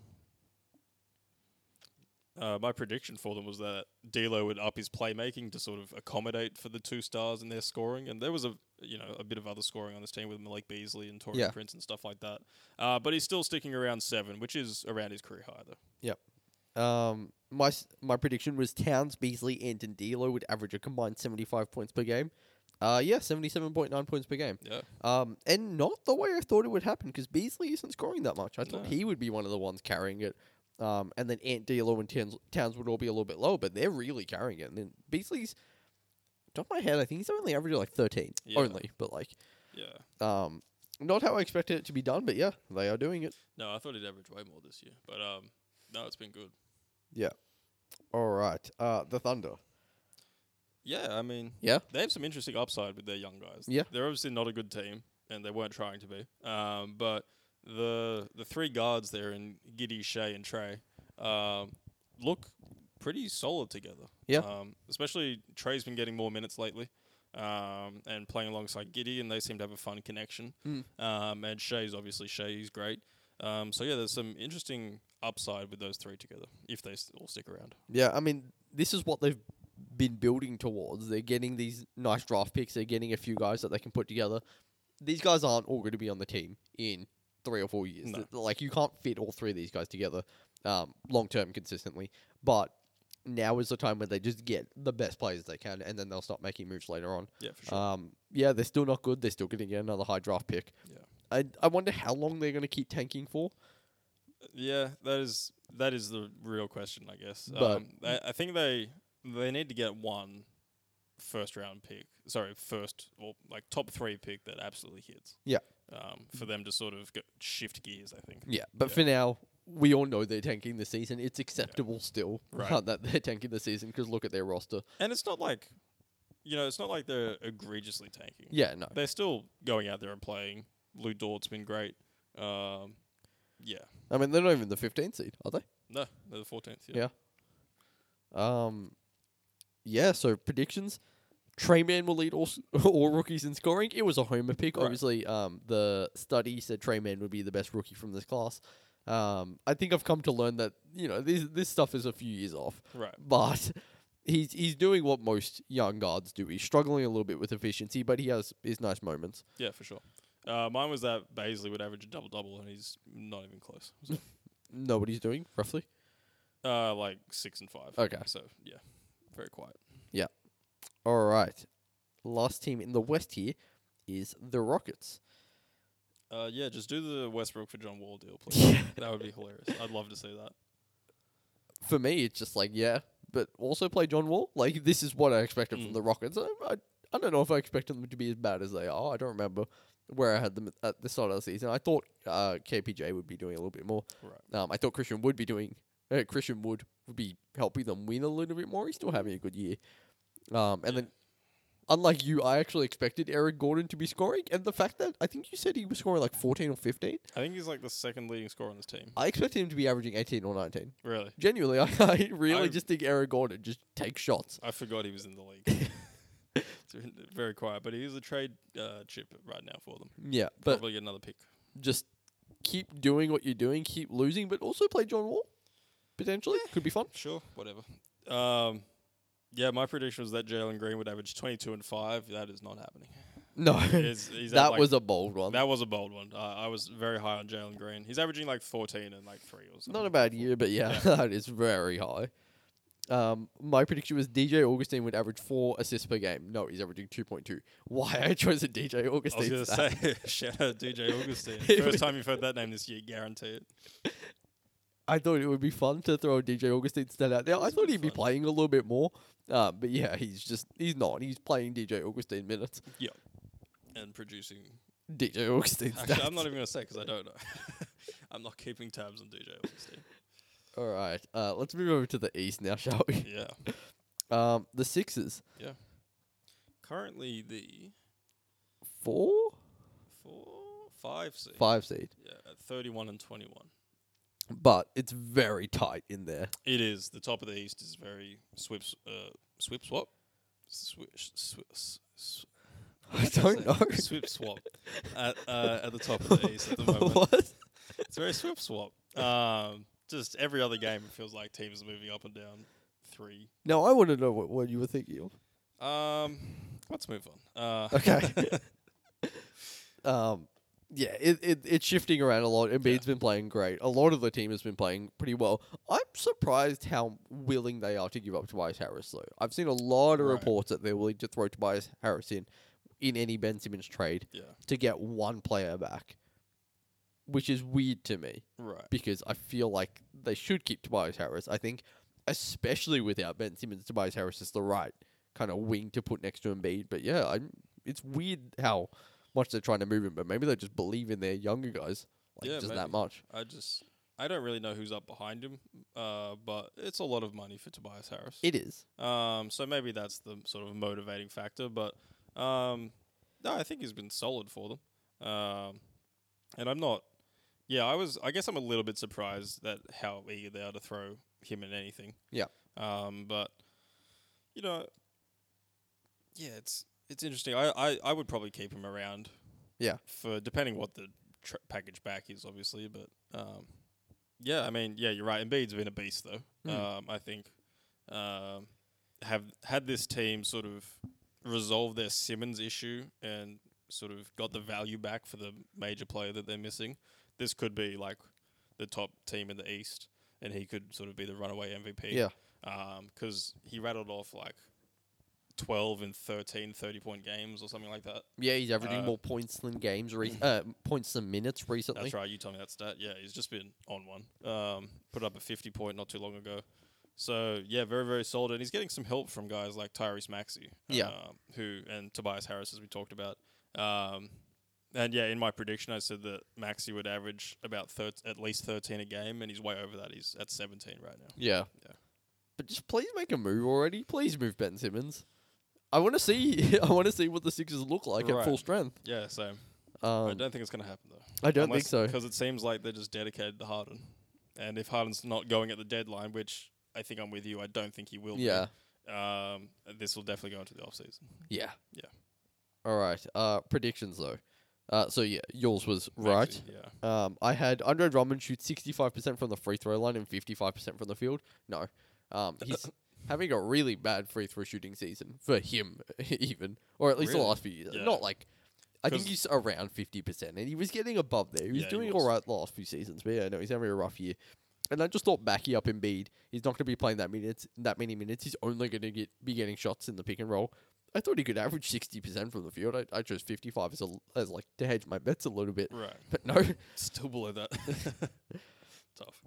Uh, my prediction for them was that D'Lo would up his playmaking to sort of accommodate for the two stars in their scoring, and there was a you know a bit of other scoring on this team with Malik Beasley and Torrey Yeah. Prince and stuff like that. Uh, but he's still sticking around seven, which is around his career high though. Um, my s- my prediction was Towns, Beasley, Ant, and D'Lo would average a combined 75 points per game. Uh, yeah, 77.9 points per game. Yeah, Um, and not the way I thought it would happen because Beasley isn't scoring that much. I thought No. he would be one of the ones carrying it. Um, and then Ant D'Lo and Towns, Towns would all be a little bit lower, but they're really carrying it. And then Beasley's, top of my head, I think he's only averaging like 13 Yeah. only, but like, yeah. um, not how I expected it to be done, but yeah, they are doing it. No, I thought he'd average way more this year, but um, no, it's been good. All right. Uh, the Thunder. Yeah, I mean, Yeah. they have some interesting upside with their young guys. Yeah. they're obviously not a good team, and they weren't trying to be. Um, but the the three guards there in Giddy, Shea, and Trey, um, look pretty solid together. Yeah. um, especially Trey's been getting more minutes lately. Um, and playing alongside Giddy, and they seem to have a fun connection. Mm. Um, and Shea's obviously Shea, he's great. Um, so yeah, there's some interesting upside with those three together if they s- all stick around. Yeah, I mean, this is what they've been building towards. They're getting these nice draft picks. They're getting a few guys that they can put together. These guys aren't all going to be on the team in three or four years. No. Th- Like you can't fit all three of these guys together um, long term consistently. But now is the time when they just get the best players they can, and then they'll start making moves later on. Yeah, for sure. Um, yeah, they're still not good. They're still going to get another high draft pick. Yeah. I I wonder how long they're going to keep tanking for. Yeah, that is that is the real question, I guess. But- um, I, I think they they need to get one first round pick. Sorry, first or like top three pick that absolutely hits. Yeah. Um, for them to sort of go, shift gears, I think. Yeah, but Yeah. for now, we all know they're tanking this season. It's acceptable still Right. uh, <laughs> that they're tanking the season because look at their roster. And it's not like, you know, it's not like they're egregiously tanking. Yeah, no. They're still going out there and playing. Lou Dort's been great. Um, yeah. I mean, they're not even the 15th seed, are they? No, they're the 14th. Yeah. Yeah. Um, yeah, so predictions. Trey Man will lead all, s- <laughs> all rookies in scoring. It was a homer pick. Right. Obviously, um, the study said Trey Man would be the best rookie from this class. Um, I think I've come to learn that, you know, this, this stuff is a few years off. Right. but <laughs> he's he's doing what most young guards do. He's struggling a little bit with efficiency, but he has his nice moments. Yeah, for sure. Uh, mine was that Baisley would average a double double, and he's not <laughs> even close. So, Nobody's doing roughly. uh, like six and five. Okay. So yeah, very quiet. All right. Last team in the West here is the Rockets. Uh, yeah, just do the Westbrook for John Wall deal, <laughs> please. that would be hilarious. I'd love to see that. For me, it's just like yeah, but also play John Wall. Like this is what I expected from Mm. the Rockets. I, I I don't know if I expected them to be as bad as they are. I don't remember where I had them at the start of the season. I thought uh, KPJ would be doing a little bit more. Right. Um, I thought Christian would be doing. Uh, Christian Wood would be helping them win a little bit more. He's still having a good year. Um, and Yeah. then, unlike you, I actually expected Eric Gordon to be scoring. And the fact that I think you said he was scoring like 14 or 15, I think he's like the second leading scorer on this team. I expected him to be averaging 18 or 19. Really, Genuinely, <laughs> I, I really I- just think Eric Gordon just takes shots. I forgot he was in the league. <laughs> <laughs> It's very quiet, but he is a trade uh, chip right now for them. Yeah, but Probably get another pick. just keep doing what you're doing, keep losing, but also play John Wall. Potentially, could be <laughs> fun. Sure, whatever. Um, yeah, my prediction was that Jalen Green would average twenty-two and five. That is not <laughs> happening. No, He's- he's at, that like- was a bold one. That was a bold one. Uh, I I was very high on Jalen Green. He's averaging like 14 and like three or something. Not a bad year, but yeah, <laughs> that is very high. Um, my prediction was DJ Augustine would average four assists per game. No, he's averaging two point two. Why I chose a DJ I was Augustine? gonna stat. say <laughs> shout out DJ <laughs> Augustine. It was- First time you've heard that name this year, guarantee it. I thought it would be fun to throw a DJ Augustine stat out there. I It's thought been he'd be fun. playing a little bit more, uh, but yeah, he's just he's not. He's playing DJ Augustine minutes. And producing. <laughs> DJ Augustine stats. Actually, I'm not even gonna say because I don't know. <laughs> I'm not keeping tabs on DJ Augustine. All right, uh, let's move over to the East now, <laughs> shall we? Yeah. Um, the Sixers Currently the four, four, five seed. five seed, Yeah, at 31 and 21. but it's very tight in there. It is the top of the East is very swip, s- uh, swip swap, swish, swish, sw- I That's don't it. know. <laughs> Swip swap at, uh, at the top of the East at the moment. What? It's very swip swap. Um, just every other game, it feels like teams are moving up and down three. No, I want to know what, what you were thinking of. Um, let's move on. Uh, Okay. Um, yeah, it, it it's shifting around a lot. Embiid's been playing great. A lot of the team has been playing pretty well. I'm surprised how willing they are to give up Tobias Harris, though. I've seen a lot of Right. reports that they're willing to throw Tobias Harris in in any Ben Simmons trade <laughs> yeah, to get one player back, which is weird to me. right. because I feel like they should keep Tobias Harris. I think, especially without Ben Simmons, Tobias Harris is the right kind of wing to put next to Embiid. But yeah, I'm, it's weird how much they're trying to move him, but maybe they just believe in their younger guys like Yeah, just maybe. that much. I just I don't really know who's up behind him, uh, but it's a lot of money for Tobias Harris. It is. Um, so maybe that's the sort of motivating factor. But um, no, I think he's been solid for them. Um, and I'm not. Yeah, I was. I guess I'm a little bit surprised that how eager they are to throw him in anything. Yeah. Um, but you know, yeah, it's it's interesting. I I, I would probably keep him around. Yeah. For depending what the tr package back is, obviously, but um, yeah, I mean, yeah, you're right. Embiid's been a beast though. Mm. Um, I think um, have had this team sort of resolve their Simmons issue and sort of got the value back for the major player that they're missing. This could be like the top team in the East, and he could sort of be the runaway MVP. Yeah. Because Um, he rattled off like 12 and 13 30 point games or something like that. Yeah, he's averaging Uh, more points than games, <clears throat> re- uh, points than minutes recently. That's right. You told me that stat. Yeah, he's just been on one. Um, put up a 50 point not too long ago. So yeah, very very solid, and he's getting some help from guys like Tyrese Maxey, Yeah. um, who and Tobias Harris as we talked about. Um, and yeah, in my prediction, I said that Maxey would average about thir- at least 13 a game, and he's way over that. He's at 17 right now. Yeah. Yeah. But just please make a move already. Please move Ben Simmons. I want to see. <laughs> I want to see what the Sixers look like at Right. full strength. Yeah, so I Um, don't think it's gonna happen though. I don't think so. Because it seems like they're just dedicated to Harden, and if Harden's not going at the deadline, which I think I'm with you, I don't think he will. be, Yeah. um, this will definitely go into the off season. Yeah. Yeah. All right. Uh, predictions though. Uh, so yeah, yours was right. Yeah. Um, I had Andre Drummond shoot sixty five percent from the free throw line and fifty five percent from the field. No, <laughs> um, he's having a really bad free throw shooting season for him, <laughs> even or at least the Really? last few years. Yeah. Not like I think 'Cause- he's around fifty percent, and he was getting above there. He was Yeah, he doing was. all right the last few seasons, but yeah, no, he's having a rough year. And I just thought Mackey up in Bede, he's not going to be playing that minutes, that many minutes. He's only going to get be getting shots in the pick and roll. I thought he could average sixty percent from the field. I, I chose fifty five as a as like to hedge my bets a little bit, <laughs> Right. <laughs> but no. Still below that. <laughs> Tough.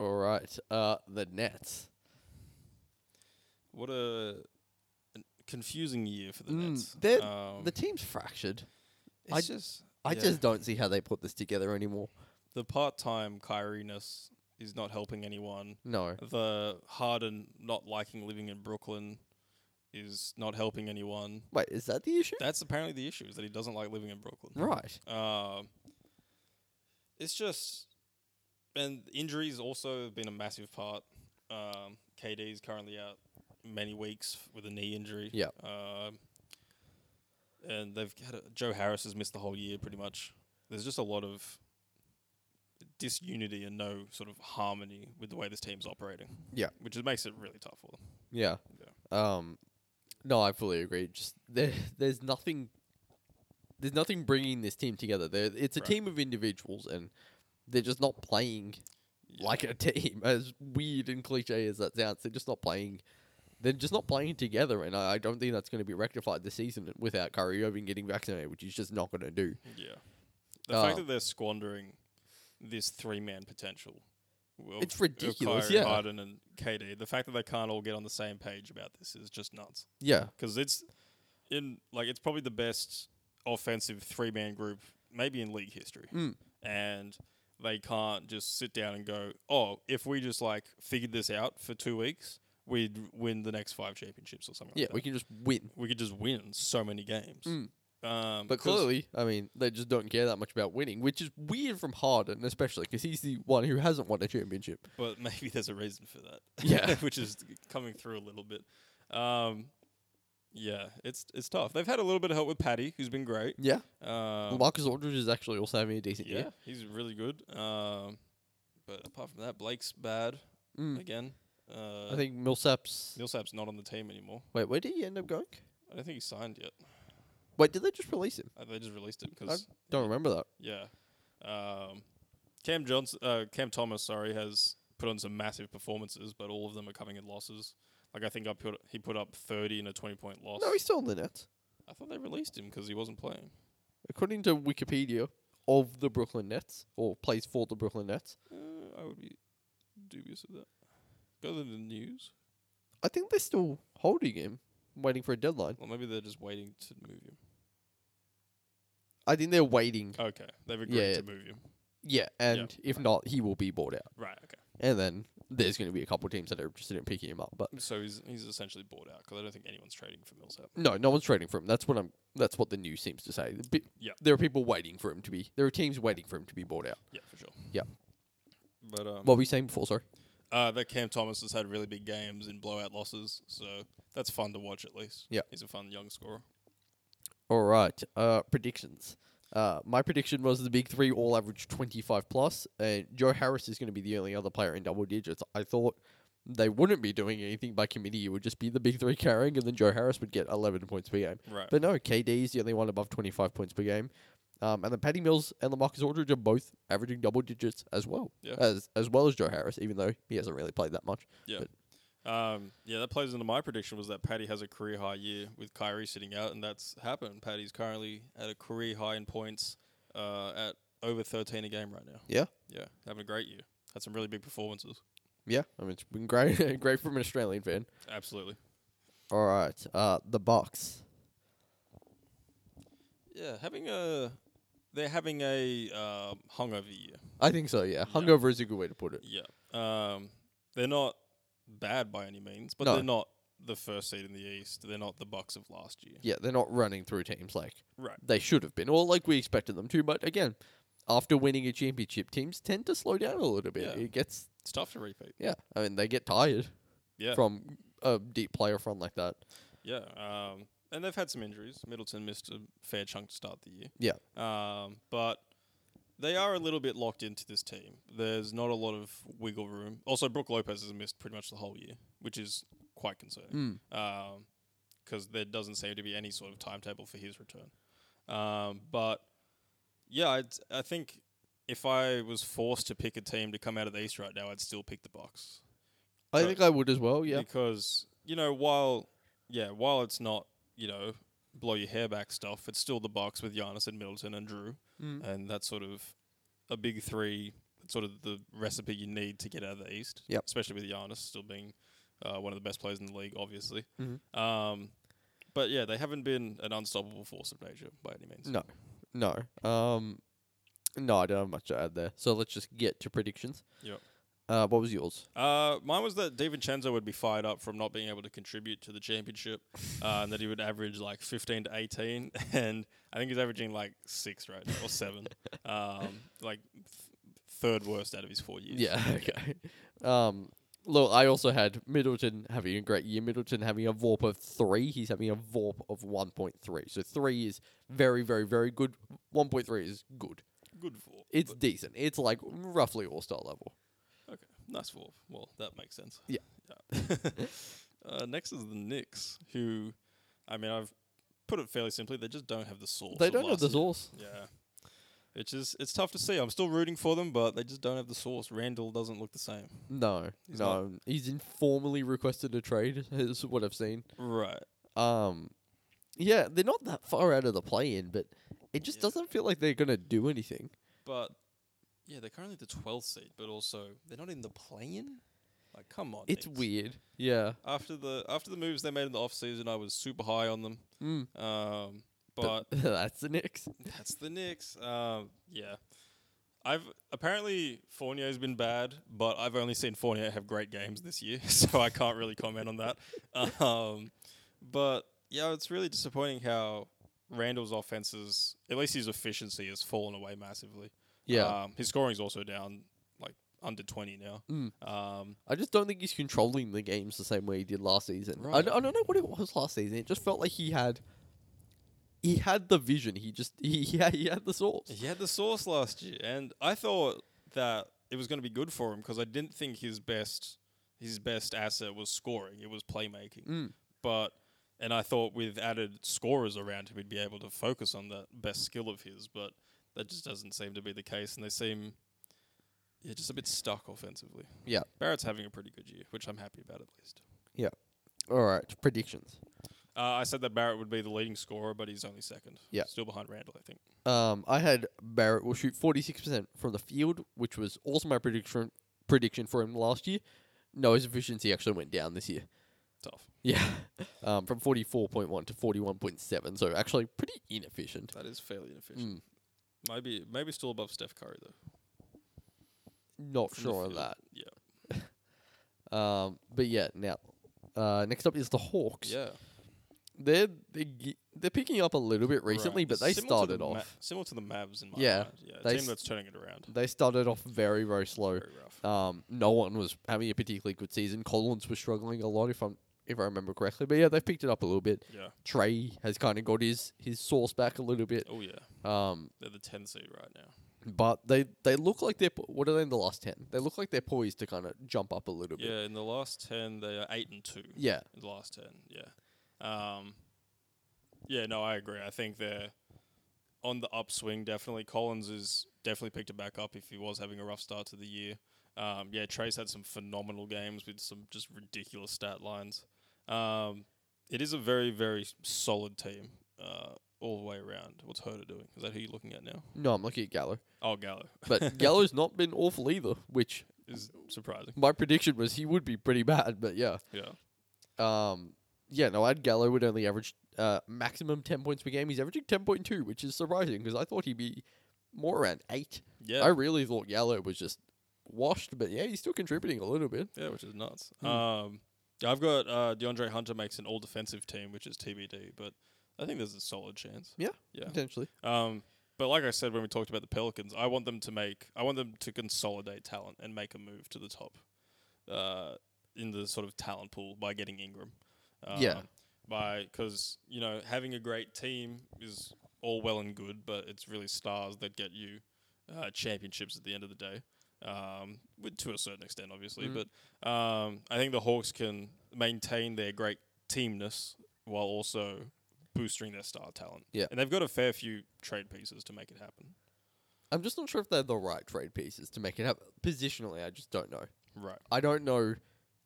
All right, uh, the Nets. What a an confusing year for the Mm, Nets. they're- Um, The team's fractured. it's I- just I yeah, just don't see how they put this together anymore. the part-time Kyrie-ness is not helping anyone. No, The Harden not liking living in Brooklyn is not helping anyone. wait, is that the issue? That's apparently the issue is that he doesn't like living in Brooklyn. Right. Um, it's just, and injuries also have been a massive part. Um, KD is currently out many weeks f- with a knee injury. Yeah. Um, and they've had a, Joe Harris has missed the whole year pretty much. There's just a lot of disunity and no sort of harmony with the way this team's operating. Yeah. which is, makes it really tough for them. Yeah. Um, no, I fully agree. Just there, there's nothing, there's nothing bringing this team together. There, it's a Right. team of individuals, and they're just not playing Yeah. like a <laughs> team. As weird and cliche as that sounds, they're just not playing. They're just not playing together, and I, I don't think that's going to be rectified this season without Kyrie Irving getting vaccinated, which he's just not going to do. Yeah. The fact Uh, that they're squandering this three man potential. of- It's of ridiculous, Kyrie, yeah. Harden and KD. The fact that they can't all get on the same page about this is just nuts. Yeah, Because it's in like it's probably the best offensive three man group maybe in league history, Mm. and they can't just sit down and go, "Oh, if we just like figured this out for two weeks, we'd win the next five championships or something." yeah, like that. we can just win. we could just win so many games. Mm. Um, But 'cause- clearly, I mean, they just don't care that much about winning, which is weird from Harden, especially because he's the one who hasn't won a championship. But <laughs> maybe there's a reason for that. Yeah. <laughs> which is coming through a little bit. Um, yeah, it's it's tough. They've had a little bit of help with Patty, who's been great. Yeah, Um, Marcus Aldridge is actually also having a decent yeah, year. he's really good. Um, but apart from that, Blake's bad Mm. again. Uh, I think Millsap's. Millsap's not on the team anymore. Wait, where did he end up going? I don't think he's signed yet. Wait, did they just release him? Uh, They just released it I because don't remember that. yeah. Um, Cam Johnson, uh, Cam Thomas, sorry, has put on some massive performances, but all of them are coming in losses. Like I think I put he put up thirty in a twenty point loss. No, he's still in the Nets, I thought they released him because he wasn't playing. according to Wikipedia of the Brooklyn Nets or plays for the Brooklyn Nets. Uh, I would be dubious of that. Go to the news. I think they're still holding him, waiting for a deadline. Well, maybe they're just waiting to move him. I think they're waiting. Okay, they've agreed Yeah. to move him. Yeah, and if not, he will be bought out. Right. Okay. And then there's going to be a couple teams that are interested in picking him up, but So he's he's essentially bought out because I don't think anyone's trading for Millsap. No, no one's trading for him. That's what I'm. That's what the news seems to say. The pe- Yeah. there are people waiting for him to be. There are teams waiting for him to be bought out. Yeah, for sure. Yeah. But um, What were you saying before? Sorry. Uh, that Cam Thomas has had really big games in blowout losses, so that's fun to watch at least. Yeah. he's a fun young scorer. All right. Uh, predictions. Uh, my prediction was the big three all average twenty five plus, and Joe Harris is going to be the only other player in double digits. I thought they wouldn't be doing anything by committee. It would just be the big three carrying, and then Joe Harris would get eleven points per game. Right. But no, KD is the only one above 25 points per game. Um, and then Patty Mills and Lamarcus Aldridge are both averaging double digits as well. Yeah. As as well as Joe Harris, even though he hasn't really played that much. um, yeah, that plays into my prediction was that Patty has a career high year with Kyrie sitting out, and that's happened. Patty's currently at a career high in points, uh, at over thirteen a game right now. Yeah. yeah, having a great year. Had some really big performances. Yeah. I mean, it's been great, <laughs> great from an Australian fan. Absolutely. All right. Uh, the Bucks. Yeah, having a they're having a um, hungover year. I think so. Yeah. Hungover is a good way to put it. Yeah. Um, they're not bad by any means, but No. they're not the first seed in the East. They're not the Bucks of last year. Yeah, they're not running through teams like Right. they should have been, or like we expected them to. But again, after winning a championship, teams tend to slow down a little bit. Yeah. It gets It's tough to repeat. yeah. I mean, they get tired Yeah. from a deep player front like that. yeah. Um, and they've had some injuries. Middleton missed a fair chunk to start the year. Yeah. Um, but they are a little bit locked into this team. There's not a lot of wiggle room. Also, Brooke Lopez has missed pretty much the whole year, which is quite concerning. Um, Mm. because there doesn't seem to be any sort of timetable for his return. Um, but yeah, i I think if I was forced to pick a team to come out of the East right now, I'd still pick the Bucks. I Right. think I would as well. Yeah. Because you know, while yeah, while it's not you know blow your hair back stuff, it's still the Bucks with Giannis and Middleton and Drew, Mm. and that's sort of a big three. That's sort of the recipe you need to get out of the East. Yep. Especially with Giannis still being uh, one of the best players in the league, obviously. Mhm. Um, but yeah, they haven't been an unstoppable force of nature by any means. No. No. Um. No, I don't have much to add there. So let's just get to predictions. Yep. Uh, what was yours? Uh, mine was that DiVincenzo would be fired up from not being able to contribute to the championship, uh, and that he would average like 15 to 18, <laughs> and I think he's averaging like six right now <laughs> or seven, um, like th- third worst out of his four years. Yeah. <laughs> Okay. Um. Look, I also had Middleton having a great year. Middleton having a VORP of three. He's having a VORP of 1.3. So three is very, very, very good. 1.3 is good. good four. It's decent. It's like roughly all star level. Okay, nice four. Well, that makes sense. Yeah. Yeah. <laughs> uh, next is the Knicks, who, I mean, I've put it fairly simply, they just don't have the source. They of don't have last the year. source. Yeah. It's just it's tough to see. I'm still rooting for them, but they just don't have the source. Randall doesn't look the same. No, He's no. He's informally requested a trade. <laughs> Is what I've seen. Right. Um, yeah, they're not that far out of the play-in, but it just Yeah. doesn't feel like they're gonna do anything. But yeah, they're currently the twelfth seed, but also they're not in the play-in. Like, come on. It's Knicks. weird. Yeah. <laughs> After the after the moves they made in the off season, I was super high on them. Mm. Um, but But that's the Knicks. That's the Knicks. Um, yeah. I've apparently Fournier's been bad, but I've only seen Fournier have great games this year, <laughs> so I can't really comment on that. Um, but yeah, it's really disappointing how Randall's offenses, at least his efficiency, has fallen away massively. Yeah. um, his scoring's also down like under twenty now. Mm. Um, I just don't think he's controlling the games the same way he did last season. I Right. d- I don't know what it was last season. It just felt like he had, he had the vision. He just he he had, he had the source. He had the source last year, and I thought that it was going to be good for him because I didn't think his best his best asset was scoring; it was playmaking. Mm. But and I thought with added scorers around him, he'd be able to focus on that best skill of his. But that just doesn't seem to be the case, and they seem yeah just a bit stuck offensively. Yeah. Barrett's having a pretty good year, which I'm happy about at least. All right, predictions. Uh, I said that Barrett would be the leading scorer, but he's only second. Yeah. still behind Randall, I think. Um, I had Barrett will shoot forty six percent from the field, which was also my prediction prediction for him last year. No, his efficiency actually went down this year. <laughs> Tough. Yeah, um, from forty four point one to forty one point seven. So actually, pretty inefficient. That is fairly inefficient. Mm, Maybe maybe still above Steph Curry though. not from the sure on field. that. Yeah. <laughs> Um, but yeah, now uh, next up is the Hawks. Yeah. they're they're, gi- they're picking up a little bit recently, Right. but they Similar to started the Ma- off similar to the Mavs in my Yeah, mind. Yeah. they A s- team that's turning it around. they started off very very slow. Very rough. Um, no one was having a particularly good season. Collins was struggling a lot, if I'm if I remember correctly. But yeah, they've picked it up a little bit. Yeah. Trey has kind of got his his source back a little bit. Oh yeah. Um, They're the 10 seed right now. but they they look like they're po- what are they in the last ten? They look like they're poised to kind of jump up a little bit. Yeah. In the last 10, they are eight and two. Yeah, In the last 10. Yeah. Um. Yeah. No, I agree. I think they're on the upswing. Definitely, Collins is definitely picked it back up if he was having a rough start to the year. Um, yeah, Trace had some phenomenal games with some just ridiculous stat lines. Um, it is a very, very s- solid team uh, all the way around. What's Herder doing? Is that who you're looking at now? no, I'm looking at Gallo, Oh, Gallo. <laughs> but Gallo's not been awful either. Which is <laughs> surprising. my prediction was he would be pretty bad, but yeah. Yeah. Um, yeah, no, I had Gallo would only average uh, maximum 10 points per game. He's averaging 10.2, which is surprising because I thought he'd be more around 8. Yeah. I really thought Gallo was just washed, but yeah, he's still contributing a little bit. Yeah, which is nuts. Hmm. Um, yeah, I've got uh, DeAndre Hunter makes an all defensive team, which is TBD, but I think there's a solid chance. Yeah. Yeah. Potentially. Um, but like I said when we talked about the Pelicans, I want them to make, I want them to consolidate talent and make a move to the top uh, in the sort of talent pool by getting Ingram. Um, Yeah. By because you know having a great team is all well and good, but it's really stars that get you uh, championships at the end of the day. Um, with to a certain extent, obviously, Mhm. but um, I think the Hawks can maintain their great teamness while also boosting their star talent. Yeah. And they've got a fair few trade pieces to make it happen. I'm just not sure if they're the right trade pieces to make it happen. Positionally, I just don't know. Right. I don't know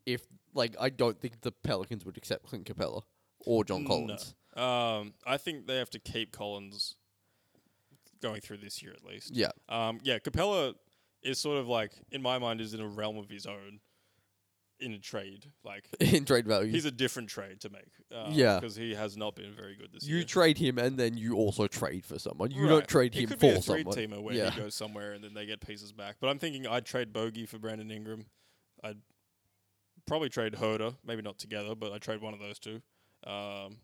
if like I don't think the Pelicans would accept Clint Capella or John No. Collins. Um, I think they have to keep Collins going through this year at least. Yeah, <laughs> Um, yeah, Capella is sort of like, in my mind, is in a realm of his own in a trade. Like, in trade value, he's a different trade to make. Um, Yeah. Because he has not been very good this you year. trade him and then you also trade for someone. You Right. don't trade it him could for be a someone. Teamer where Yeah. he goes somewhere and then they get pieces back. But I'm thinking I'd trade Bogey for Brandon Ingram. I'd probably trade Herder, maybe not together, but I'd trade one of those two. Um,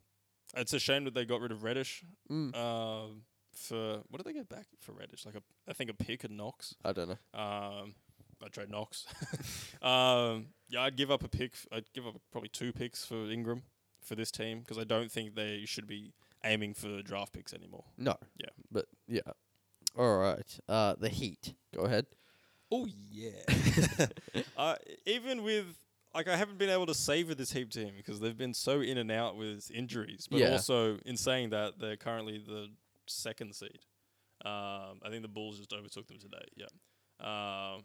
it's a shame that they got rid of Reddish. Mm. Um, for what did they get back for Reddish? Like a, I think a pick and Knox. I don't know. Um, I'd trade Knox. <laughs> um, yeah, I'd give up a pick. f- I'd give up probably two picks for Ingram for this team because I don't think they should be aiming for draft picks anymore. No. Yeah. But yeah. All right. Uh, the Heat. Go ahead. Oh yeah. uh, even with like I haven't been able to savor this Heat team because they've been so in and out with injuries, but Yeah. also in saying that they're currently the second seed. Um, I think the Bulls just overtook them today. Yeah. Um,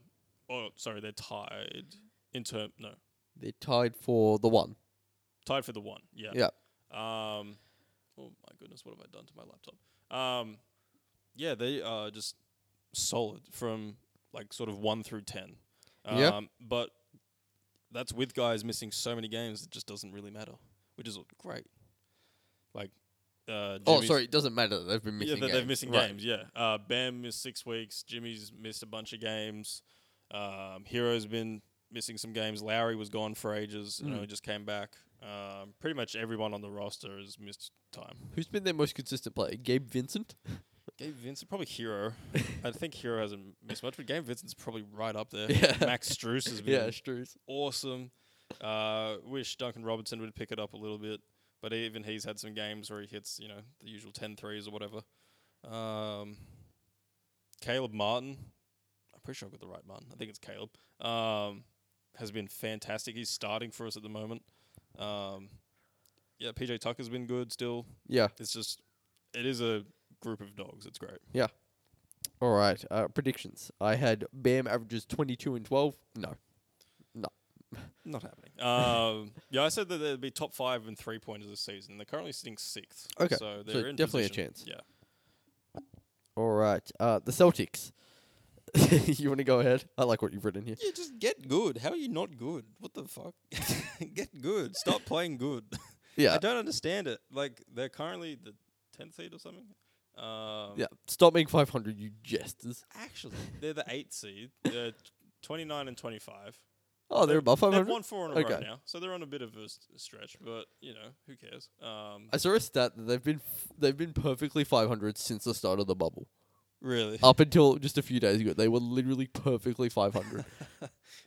oh, sorry, they're tied in term. No, <laughs> They're tied for the one. tied for the one. Yeah. Yeah. Um, oh my goodness, what have I done to my laptop? Um, yeah, they are just solid from like sort of one through ten. Um, Yeah. But that's with guys missing so many games, it just doesn't really matter, which is great. Like, uh, Oh, Jimmy's- sorry. It doesn't matter. that They've been yeah, missing. that games. they're missing Right. games. Yeah, uh, Bam missed six weeks. Jimmy's missed a bunch of games. Um, Hero's been missing some games. Lowry was gone for ages. You know, Mm. he just came back. Um, pretty much everyone on the roster has missed time. Who's been their most consistent player? Gabe Vincent. Gabe Vincent, probably <laughs> Hero. I think Hero hasn't missed much, but Gabe Vincent's probably right up there. Yeah. Max <laughs> Struess <laughs> has been yeah, Struz. awesome. Uh, wish Duncan Robinson would pick it up a little bit, but even he's had some games where he hits, you know, the usual 10 threes or whatever. Um, Caleb Martin, I'm pretty sure I've got the right Martin. I think it's Caleb. Um, has been fantastic. He's starting for us at the moment. Um, yeah, PJ Tucker's been good still. Yeah. It's just, it is a group of dogs. It's great. All right. Uh, predictions. I had Bam averages twenty-two and twelve. No. Not happening. Um, <laughs> yeah, I said that they'd be top five and three pointers this season. They're currently sitting sixth. Okay, so they're in definitely a position. chance. Yeah, All right. Uh, the Celtics. <laughs> you want to go ahead? I like what you've written here. yeah. Just get good. How are you not good? What the fuck? <laughs> get <laughs> good. Stop playing good. Yeah. I don't understand it. Like they're currently the tenth seed or something. Um, Yeah. Stop making five hundred, you jesters. Actually, they're the eighth seed. They're twenty nine and twenty five. Oh, they're They've- above five They've hundred. won four in a row Okay. now, so they're on a bit of a s- stretch. But you know, who cares? Um, I saw a stat that they've been f- they've been perfectly 500 since the start of the bubble. really, Up until just a few days ago, they were literally perfectly <laughs> 500.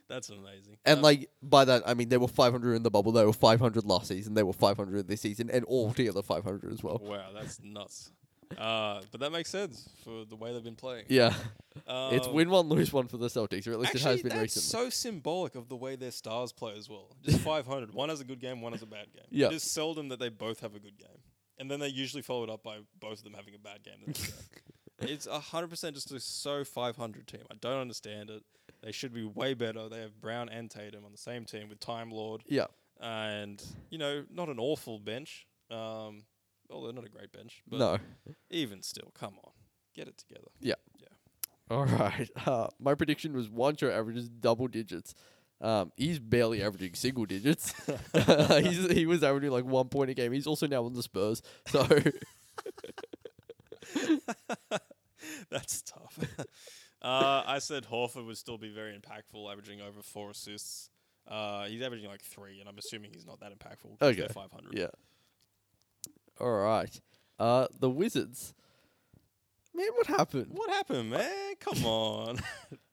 that's amazing. and Um, like by that, I mean they were 500 in the bubble. They were 500 last season. They were 500 this season, and all together 500 as well. Wow, that's nuts. Uh, but that makes sense for the way they've been playing. Yeah, Um, it's win one lose one for the Celtics, or at least Actually, it has been that's recently. so symbolic of the way their stars play as well. <laughs> Just 500. One has a good game, one has a bad game. Yeah. It is seldom that they both have a good game. And then they usually follow it up by both of them having a bad game. the next <laughs> game. it's 100% just a so 500 team. I don't understand it. They should be way better. They have Brown and Tatum on the same team with Time Lord yeah, and, you know, not an awful bench. Um, well, they're not a great bench. But no. even still, come on. Get it together. <laughs> All right. <laughs> Uh, my prediction was Wancho averages double digits. Um, he's barely averaging single <laughs> digits. <laughs> he's, he was averaging like one point a game. He's also now on the Spurs. <laughs> So That's tough. <laughs> uh, I said Horford would still be very impactful, averaging over four assists. Uh, he's averaging like three, and I'm assuming he's not that impactful. 'cause they're Okay. 500. yeah. All right. Uh, the Wizards. Man, what happened? What happened, man? Come on. <laughs>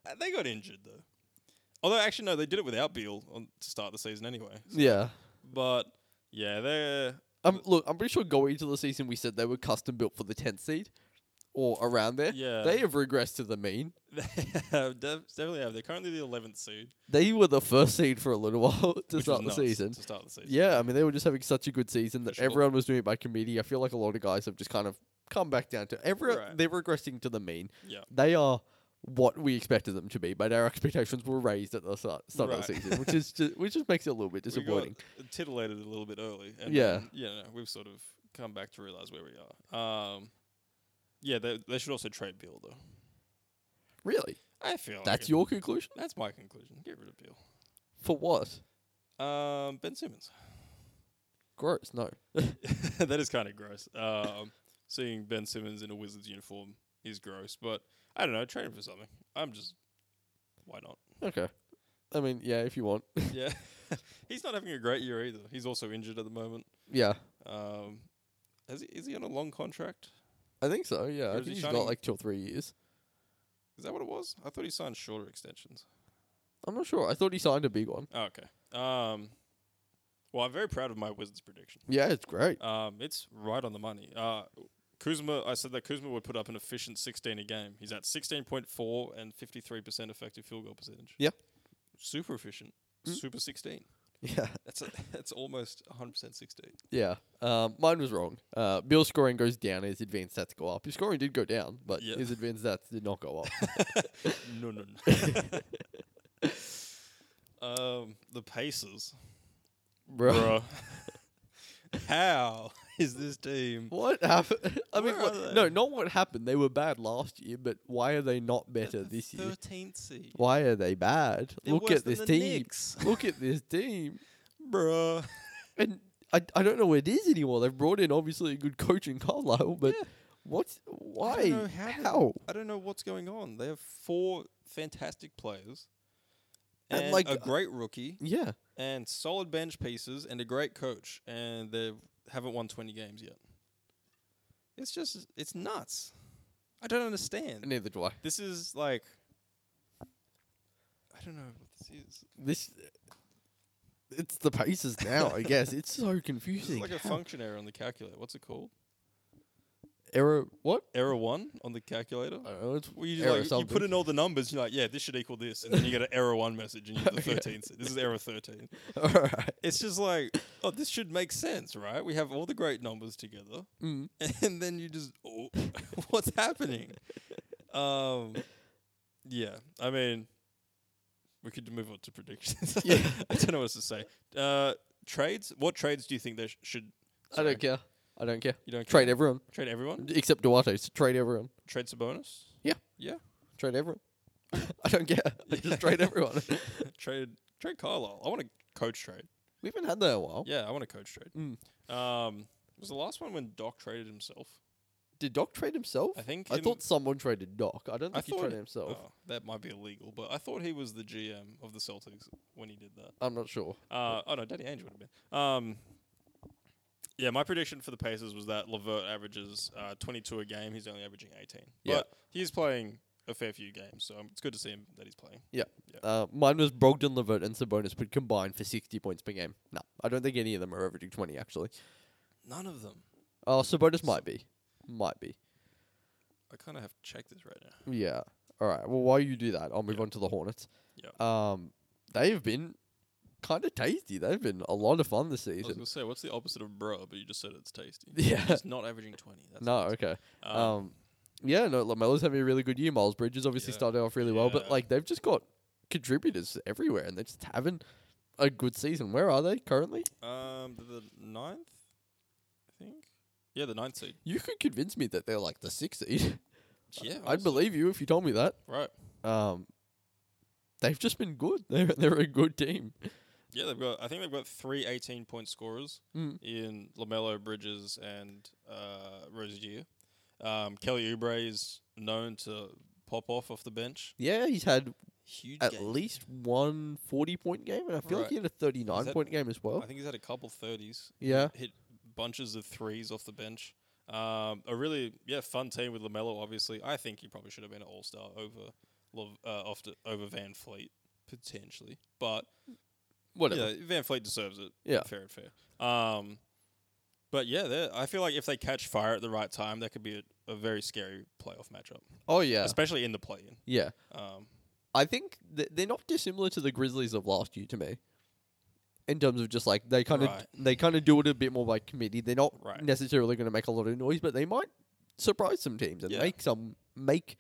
Uh, they got injured though. Although, actually, no, they did it without Beal on, to start the season anyway. Yeah. But yeah, they're <laughs> Um, look, I'm pretty sure going into the season we said they were custom built for the 10th seed, or around there. Yeah. They have regressed to the mean. They have, def- definitely have. They're currently the 11th seed. They were the first seed for a little <laughs> while to which is start the nuts season. To start the season. Yeah, I mean, they were just having such a good season that sure. everyone was doing it by committee. I feel like a lot of guys have just kind of come back down to every. Right. They're regressing to the mean. Yeah. They are what we expected them to be, but our expectations were raised at the start, start of the Right. season, which is just, which just makes it a little bit disappointing. <laughs> We got titillated a little bit early. And Yeah. then, yeah, no, we've sort of come back to realize where we are. Um, yeah, they, they should also trade Beal though. Really, I feel like that's it. your conclusion That's my conclusion. Get rid of Beal. for what? Um, ben Simmons. <laughs> Gross. No. that is kind of gross. Um, seeing Ben Simmons in a Wizards uniform is gross, but I don't know. Trade him for something. I'm just why <laughs> not? Okay. I mean, yeah, if you want. <laughs> Yeah, <laughs> he's not having a great year either. He's also injured at the moment. yeah, Um, has he, is he on a long contract? I think so. Yeah, I Or is think he he's signing- got like two or three years. Is that what it was? I thought he signed shorter extensions. I'm not sure. I thought he signed a big one. Oh, okay. Um, well, I'm very proud of my Wizards prediction. Yeah, it's great. <laughs> Um, it's right on the money. Uh, Kuzma, I said that Kuzma would put up an efficient 16 a game. He's at 16.4 and 53% effective field goal percentage. Yeah. Super efficient. Mm. Super 16. Yeah. Hmm? That's a, <laughs> that's almost 100% 16. Yeah, um, mine was wrong. Uh, Bill's scoring goes down, his advanced stats go up. His scoring did go down, but Yeah. his advanced stats did not go up. <laughs> <laughs> no, no, no. <laughs> um, the Pacers. Bro, Bruh. <laughs> How is this team? what happened? <laughs> I mean, Where what- are no, they? not what happened. They were bad last year, but why are they not better at the this year? 13th seed. Why are they bad? They're Look worse at this than the team. Knicks. <laughs> Look at this team. Bruh. And I, I don't know what it is anymore. They've brought in obviously a good coach in Carlisle, but Yeah. what's why? I don't know how. they- How? I don't know what's going on. They have four fantastic players, And, and, like, a uh, great rookie, Yeah. and solid bench pieces, and a great coach, and they haven't won twenty games yet. It's just it's nuts. I don't understand. Neither do I. This is like I don't know what this is. This it's the paces now, I guess. It's so This is confusing. like a function error on the calculator. What's it called? error what? Error one on the calculator. I don't know, it's Well, you, error just, like, you something. put in all the numbers. You're like, yeah, this should equal this, and then you get an error one message, and you <laughs> get the Okay. thirteen. This is error thirteen. <laughs> Alright. It's just like, oh, this should make sense, right? We have all the great numbers together, <laughs> Mm. and then you just, oh, <laughs> what's happening? Um, yeah, I mean, we could move on to predictions. <laughs> Yeah. I don't know what else to say. Uh, trades. What trades do you think they sh- should? I sorry, don't care. I don't care. You don't care? Trade everyone. Trade everyone. Except Duarte. So trade everyone. Trade Sabonis. <laughs> Trade everyone. <laughs> I don't care. Yeah. Just trade <laughs> everyone. trade trade Carlisle. I want to coach trade. we haven't had that in a while. Yeah, I want to coach trade. Mm. Um, was the last one when Doc traded himself? Did Doc trade himself? I think. I him- thought someone traded Doc. I don't I think he thought traded it- himself. oh, that might be illegal, but I thought he was the GM of the Celtics when he did that. I'm not sure. Uh, oh no, Danny Ainge would have been. Um, yeah, my prediction for the Pacers was that Levert averages uh, 22 a game. He's only averaging 18, Yeah. but he's playing a fair few games, so it's good to see him that he's playing. Uh, mine was Brogdon, Levert, and Sabonis would combine for 60 points per game. No, I don't think any of them are averaging 20, actually. None of them. Oh, Sabonis might be. Might be. I kind of have to check this right now. Yeah. All right. Well, while you do that, I'll move Yeah. on to the Hornets. Yep. Um, they have been kind of tasty. They've been a lot of fun this I was season. gonna say, what's the opposite of bruh? But you just said it's tasty. <laughs> Yeah. It's not averaging 20. That's No, nuts. okay. Um, Um, yeah, no, Lamelo's having a really good year. Miles Bridges obviously Yeah. started off really well, but Yeah. like they've just got contributors everywhere, and they're just having a good season. Where are they currently? Um, the ninth, I think. Yeah, the ninth seed. You could convince me that they're like the sixth seed. <laughs> Yeah, I'd believe you if you told me that. Right. Um, they've just been good. <laughs> They're they're a good team. Yeah, they've got. I think they've got three 18 point scorers Mm. in Lamelo, Bridges, and uh, Rozier. Um, Kelly Oubre is known to pop off off the bench. Yeah, he's had Huge. at game. least one 40 point game, and I feel like Right. he had a 39 Is that- point game as well. I think he's had a couple thirties. Yeah. Hit bunches of threes off the bench. Um, a really yeah fun team with Lamelo. Obviously, I think he probably should have been an All Star over Lov uh, off to, over Van Fleet potentially, but Whatever. Yeah, Van Fleet deserves it. Yeah. fair and fair. Um, But yeah, they're- I feel like if they catch fire at the right time, that could be a, a very scary playoff matchup, Oh yeah, especially in the play-in. yeah. Um, I think th- they're not dissimilar to the Grizzlies of last year to me. In terms of just like they kind of Right. they kind of do it a bit more by committee. They're not Right. necessarily going to make a lot of noise, but they might surprise some teams and Yeah. make some make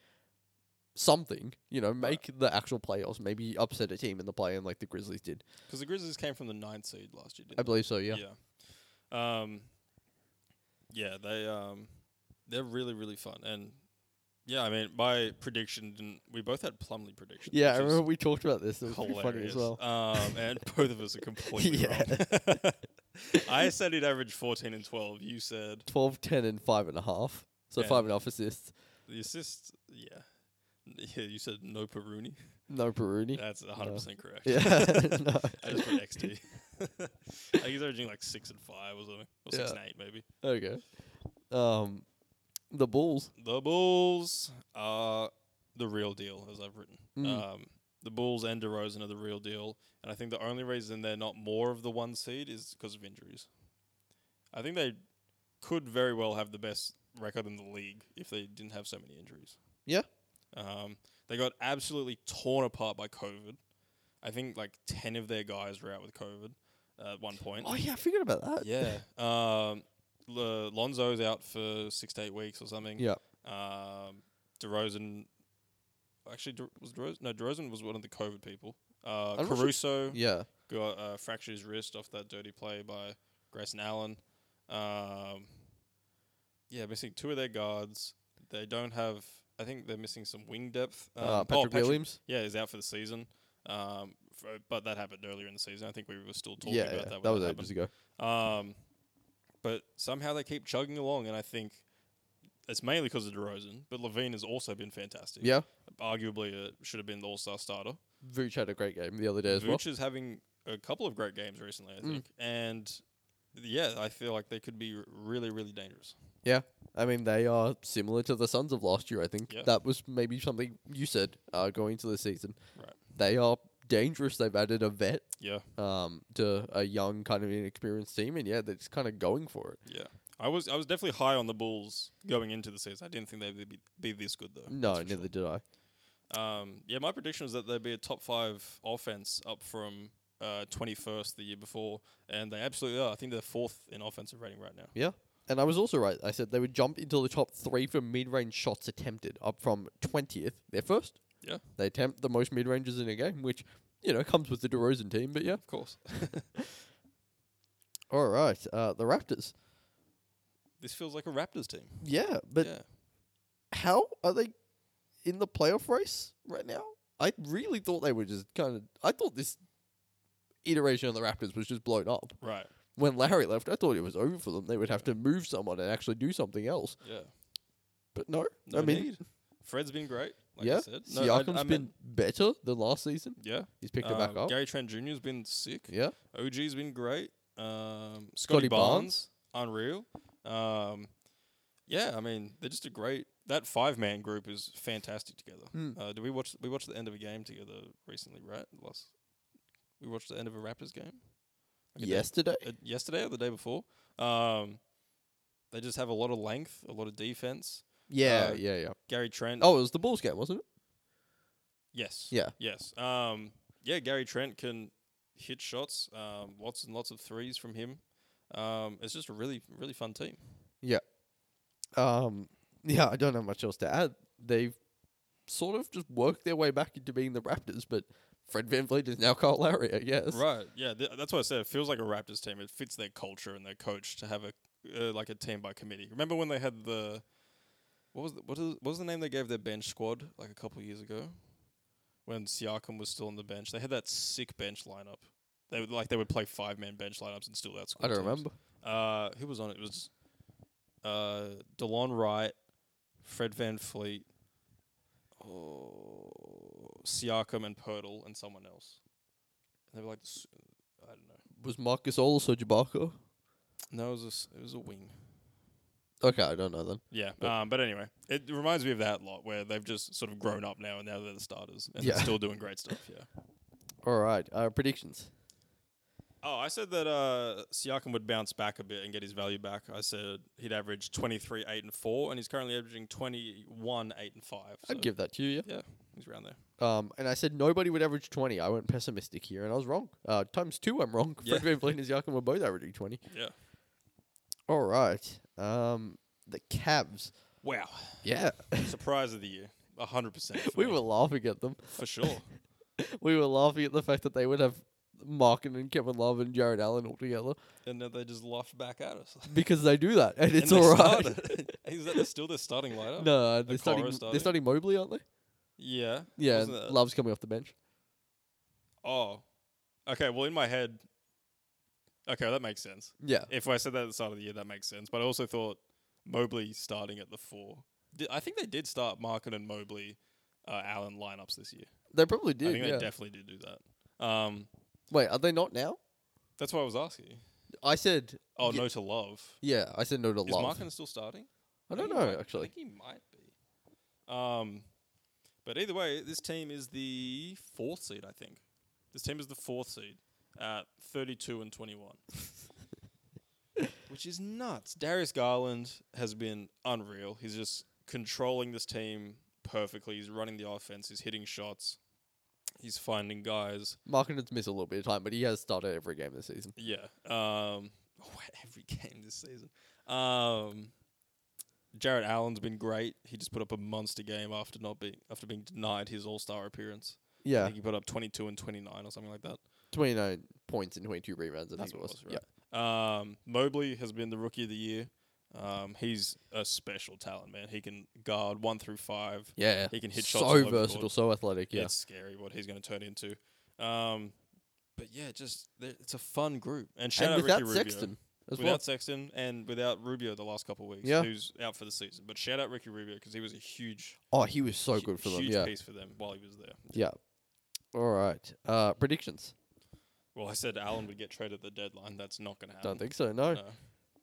something. You know, Right. make the actual playoffs. Maybe upset a team in the play-in like the Grizzlies did. because the Grizzlies came from the ninth seed last year, I didn't believe so. they? Yeah. Yeah. Um, yeah, they um, they're really really fun, and yeah, I mean, my prediction didn't. We both had Plumley predictions. Yeah, I which is remember we talked about this. It was pretty funny hilarious. as well. Um, <laughs> and both of us are completely wrong. <laughs> I said he'd average fourteen and twelve. You said 12, 10, and five and a half. So Yeah. five and a half assists. the assist. Yeah, yeah. You said no Peruni. No Peruni. That's one hundred percent correct. Yeah. <laughs> No. <laughs> I just put XT. <laughs> I think he's averaging like six and five or something, or six Yeah. and eight maybe. Okay. Um, the Bulls. The Bulls are the real deal, as I've written. Mm. Um, the Bulls and DeRozan are the real deal, and I think the only reason they're not more of the one seed is because of injuries. I think they could very well have the best record in the league if they didn't have so many injuries. Yeah. Um, they got absolutely torn apart by COVID. I think like ten of their guys were out with COVID at one point. Oh yeah, I forgot about that. <laughs> Yeah. Um, L- Lonzo's out for six to eight weeks or something. Yeah. Um, DeRozan, actually, De- was DeRozan? No, DeRozan was one of the COVID people. Uh, I'm not sure- Caruso Yeah. got uh, fractured his wrist off that dirty play by Grayson Allen. Um, yeah, missing two of their guards. They don't have. I think they're missing some wing depth. Um, uh, oh, Patrick Williams. yeah, is out for the season. Um, f- but that happened earlier in the season. I think we were still talking Yeah, about yeah, that. that, When was happened. ages ago. Um, but somehow they keep chugging along, and I think it's mainly because of DeRozan. But Levine has also been fantastic. Yeah. arguably uh, should have been the All Star starter. Vooch had a great game the other day as Vooch well. is having a couple of great games recently, I Mm. think, and yeah, I feel like they could be r- really, really dangerous. I mean, they are similar to the Suns of last year. I think Yeah. that was maybe something you said uh, going into the season. Right. They are dangerous. They've added a vet Yeah, um, to a young, kind of inexperienced team, and yeah, they're just kind of going for it. yeah. I was I was definitely high on the Bulls going into the season. I didn't think they'd be, be this good though. No, that's for neither did I. sure. Um, yeah, my prediction was that they'd be a top five offense up from uh, 21st the year before, and they absolutely are. I think they're fourth in offensive rating right now. And I was also right. I said they would jump into the top three for mid-range shots attempted, up from twentieth. They're first. Yeah. They attempt the most mid-ranges in a game, which you know comes with the DeRozan team. But yeah. Of course. All right. Uh, the Raptors. <laughs> this feels like a Raptors team. Yeah, but yeah. how are they in the playoff race right now? I really thought they were just kind of. I thought this iteration of the Raptors was just blown up. Right. When Larry left, I thought it was over for them. They would have to move someone and actually do something else. Yeah. But no, No I mean, need. Fred's been great. Like yeah, I Siakam's said. No, I- I been meant- better than last season. Yeah. He's picked it back Um, up. Gary Trent Jr. has been sick. yeah, OG's been great. Um, Scotty, Scotty Barnes, unreal. Um, yeah, I mean they're just a great. That five man group is fantastic together. Hmm. Uh, do we watch? We watched the end of a game together recently, right? Last we watched the end of a Raptors game. Like a day- yesterday. uh, yesterday or the day before. Um, they just have a lot of length, a lot of defense. Yeah, uh, yeah, yeah. Gary Trent. Oh, it was the Bulls game, wasn't it? Yes. Yeah. Yes. Um, yeah, Gary Trent can hit shots. Um, lots and lots of threes from him. Um, it's just a really, really fun team. Um, yeah, I don't have much else to add. They've sort of just worked their way back into being the Raptors, but Fred Van Vliet is now Carl Larry, I guess. Right. Yeah. Th- that's what I said. It feels like a Raptors team. It fits their culture and their coach to have a uh, like a team by committee. Remember when they had the what was the, what, is, what was the name they gave their bench squad like a couple years ago when Siakam was still on the bench? They had that sick bench lineup. They would like they would play five man bench lineups and still outscore. I don't teams. remember. Uh, who was on it? It was uh, DeLon Wright, Fred Van Fleet, oh, Siakam and Pirtle, and someone else. And they were like, s- I don't know. Was Marcus also Jabaka? No, it was a, s- it was a wing. Okay, I don't know then. Yeah. But- um, but anyway, it reminds me of that lot where they've just sort of grown up now and now they're the starters and Yeah. they're still doing great stuff. Yeah. All right, uh, predictions. <laughs> Oh, I said that uh, Siakam would bounce back a bit and get his value back. I said he'd average 23, 8, and 4, and he's currently averaging 21, 8, and 5. So I'd give that to you. yeah, he's around there. Yeah. Um, and I said nobody would average twenty. I went pessimistic here, and I was wrong. Uh, times two, I'm wrong. Yeah. Fred VanVleet and Siakam were both averaging twenty. Yeah. All right. Um, the Cavs. Wow. Yeah, Surprise of the year. 100%. for <laughs> we me, were laughing at them. For sure. We were laughing at the fact that they would have Markin and Kevin Love and Jared Allen all together <laughs> and then they just laughed back at us. because they do that, and <laughs> it's and they all right. started. <laughs> Is that still their starting <laughs> lineup? No, they're Okoro starting. They're started. starting Mobley, aren't they? Yeah. Yeah, wasn't and it- Love's coming off the bench. Oh. Okay, well, in my head. Okay, that makes sense. Yeah, If I said that at the start of the year, that makes sense. But I also thought Mobley starting at the four. Di- I think they did start Markin and Mobley, uh, Allen lineups this year. they probably I did. think Yeah. they definitely did do that. Um, Wait, are they not now? that's what I was asking. you. I said Oh, Yeah. no to love. yeah. I said no to Is Love. Markin still starting? I don't think he know might- actually. I think he might be. Um, but either way, this team is the fourth seed. I think this team is the fourth seed at thirty-two <laughs> and twenty-one, which is nuts. Darius Garland has been unreal. He's just controlling this team perfectly. He's running the offense. He's hitting shots. He's finding guys. Markin's missed a little bit of time, but he has started every game this season. Yeah. Um, <laughs> every game this season. Um, Jared Allen's been great. He just put up a monster game after not being after being denied his All Star appearance. I Yeah, think he put up twenty two and twenty nine or something like that. twenty nine points and twenty two rebounds. I That's think it what was. it was, right? Um, Mobley has been the rookie of the year. Um, he's a special talent, man. He can guard one through five. Yeah, yeah. He can hit shots all over so the court. versatile, so athletic. Yeah, It's scary what he's going to turn into. Um, but yeah, just they're- it's a fun group. And shout and out without Ricky Rubio. Sexton as without well. Sexton and without Rubio the last couple of weeks, Yeah. who's out for the season. But shout out Ricky Rubio because he was a huge, Oh, he was so hu- good for them. huge Yeah, piece for them while he was there. yeah. All right. Uh, predictions? Well, I said Allen would get traded at the deadline. That's not going to happen. Uh, Don't think so. No.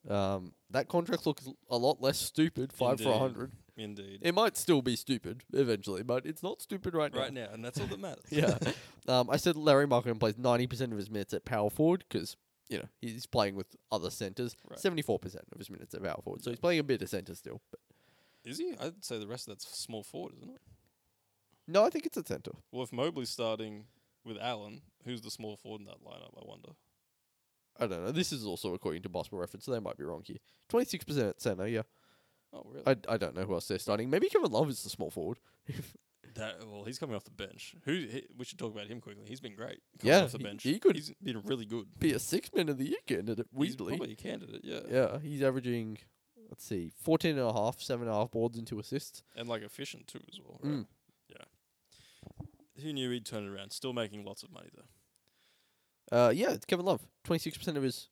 Um, that contract looks l- a lot less stupid. Five for a Indeed. hundred. Indeed. It might still be stupid eventually, but it's not stupid right now. right now, and that's all that matters. yeah. Um, I said Larry Markham plays 90% of his minutes at power forward because, you know, he's playing with other centres. Right. 74% of his minutes at power forward. So he's playing a bit of centre still. But <laughs> Is he? I'd say the rest of that's small forward, isn't it? no, I think it's at centre. Well, if Mobley's starting with Allen, who's the small forward in that lineup? I wonder. I don't know. This is also according to basketball reference, so they might be wrong here. 26% at centre, yeah. Oh, really? I, I don't know who else they're starting. Maybe Kevin Love is the small forward. <laughs> that, well, he's coming off the bench. Who? He, we should talk about him quickly. He's been great. Coming Yeah, off the he- bench. he could- He's been really good. Be a six man of the year candidate, He's weirdly. probably a candidate. Yeah. yeah, he's averaging, let's see, 14 and a half, seven and a half boards and two assists. and like efficient too as well. Right? Mm. Yeah. Who knew he'd turn it around? Still making lots of money though. Uh, yeah, it's Kevin Love. 26% of his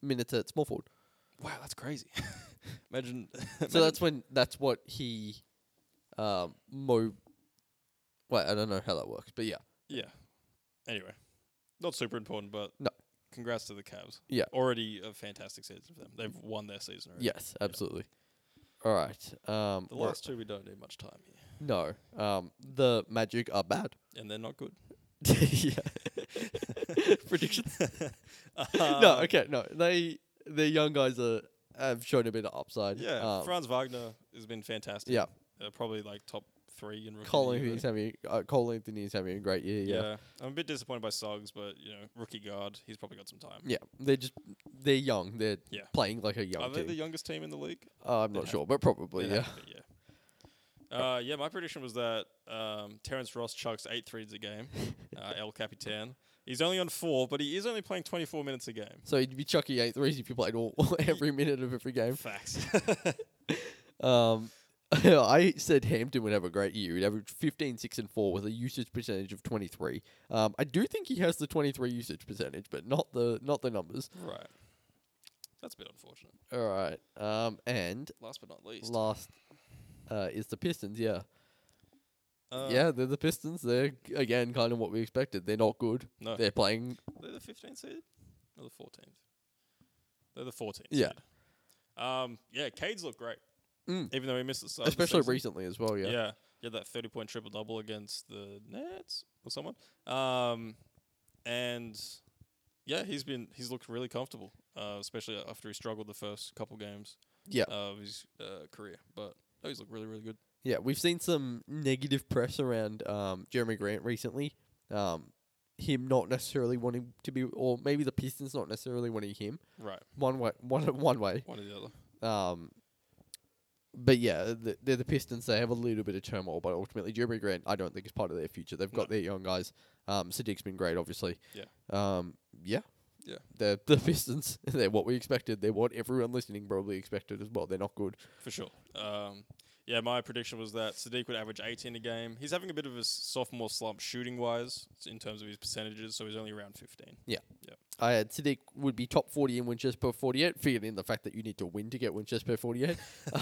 minutes at small <laughs> forward. Wow, <laughs> that's crazy. imagine. so that's when that's what he um mo wait, I don't know how that works, but yeah. yeah. Anyway, not super important, but No. Congrats to the Cavs. Yeah. Already a fantastic season for them. They've won their season already. Yes, absolutely. All right. Um The we're- last two we don't need much time here, no. Um the magic are bad. <laughs> and they're not good. yeah. <laughs> Predictions. <laughs> Um, no, okay, no. They the young guys are have shown a bit of upside. Yeah, Um, Franz Wagner has been fantastic. yeah. uh, probably like top three in rookie. of the Cole year, Anthony's though. having uh, Cole Anthony's having a great year, yeah. yeah, I'm a bit disappointed by Suggs, but you know, rookie guard, he's probably got some time. Yeah, they're just they're young. They're Yeah. playing like a young Are they team. the youngest team in the league? uh, I'm They'd not have- sure, but probably They'd yeah. have to be, yeah. Uh, yeah, my prediction was that um, Terrence Ross chucks eight threes <laughs> a game. Uh, El Capitan. He's only on four, but he is only playing 24 minutes a game. So you'd be chucking eight threes if you played all <laughs> every minute of every game. <laughs> Facts. Um, <laughs> I said Hampton would have a great year. He'd average 15, 6, and 4 with a usage percentage of 23. Um, I do think he has the 23 usage percentage, but not the not the numbers. right. That's a bit unfortunate. All right. Um, and Last but not least. last uh, is the Pistons, yeah. Uh, yeah, they're the Pistons. They're, g- again, kind of what we expected. They're not good. No. They're, They're playing. the 15th seed or the 14th? They're the 14th. Yeah. seed. Um, yeah, Cade's look great. Mm. Even though he missed the start. of the Especially season. recently as well, yeah. Yeah. Yeah, that 30 point triple double against the Nets or someone. Um, and Yeah, he's been he's looked really comfortable, uh, especially after he struggled the first couple games Yeah. of his uh, career. But no, he's looked really really good. Yeah, we've seen some negative press around um, Jeremy Grant recently. Um, him not necessarily wanting to be, or maybe the Pistons not necessarily wanting him Right, one way, <laughs> one one way. one or the other. Um, but yeah, the, they're the Pistons. They have a little bit of turmoil, but ultimately Jeremy Grant, I don't think is part of their future. They've got No. their young guys. Um, Sadiq's been great, obviously. Yeah. Um, yeah. Yeah. They're the Pistons. <laughs> they're what we expected. They're what everyone listening probably expected as well. They're not good. For sure. Um, yeah, my prediction was that Sadiq would average 18 a game. He's having a bit of a s- sophomore slump shooting wise in terms of his percentages, so he's only around 15. I had Sadiq would be top 40 in Winchester 48, figured in the fact that you need to win to get Winchester <laughs> 48.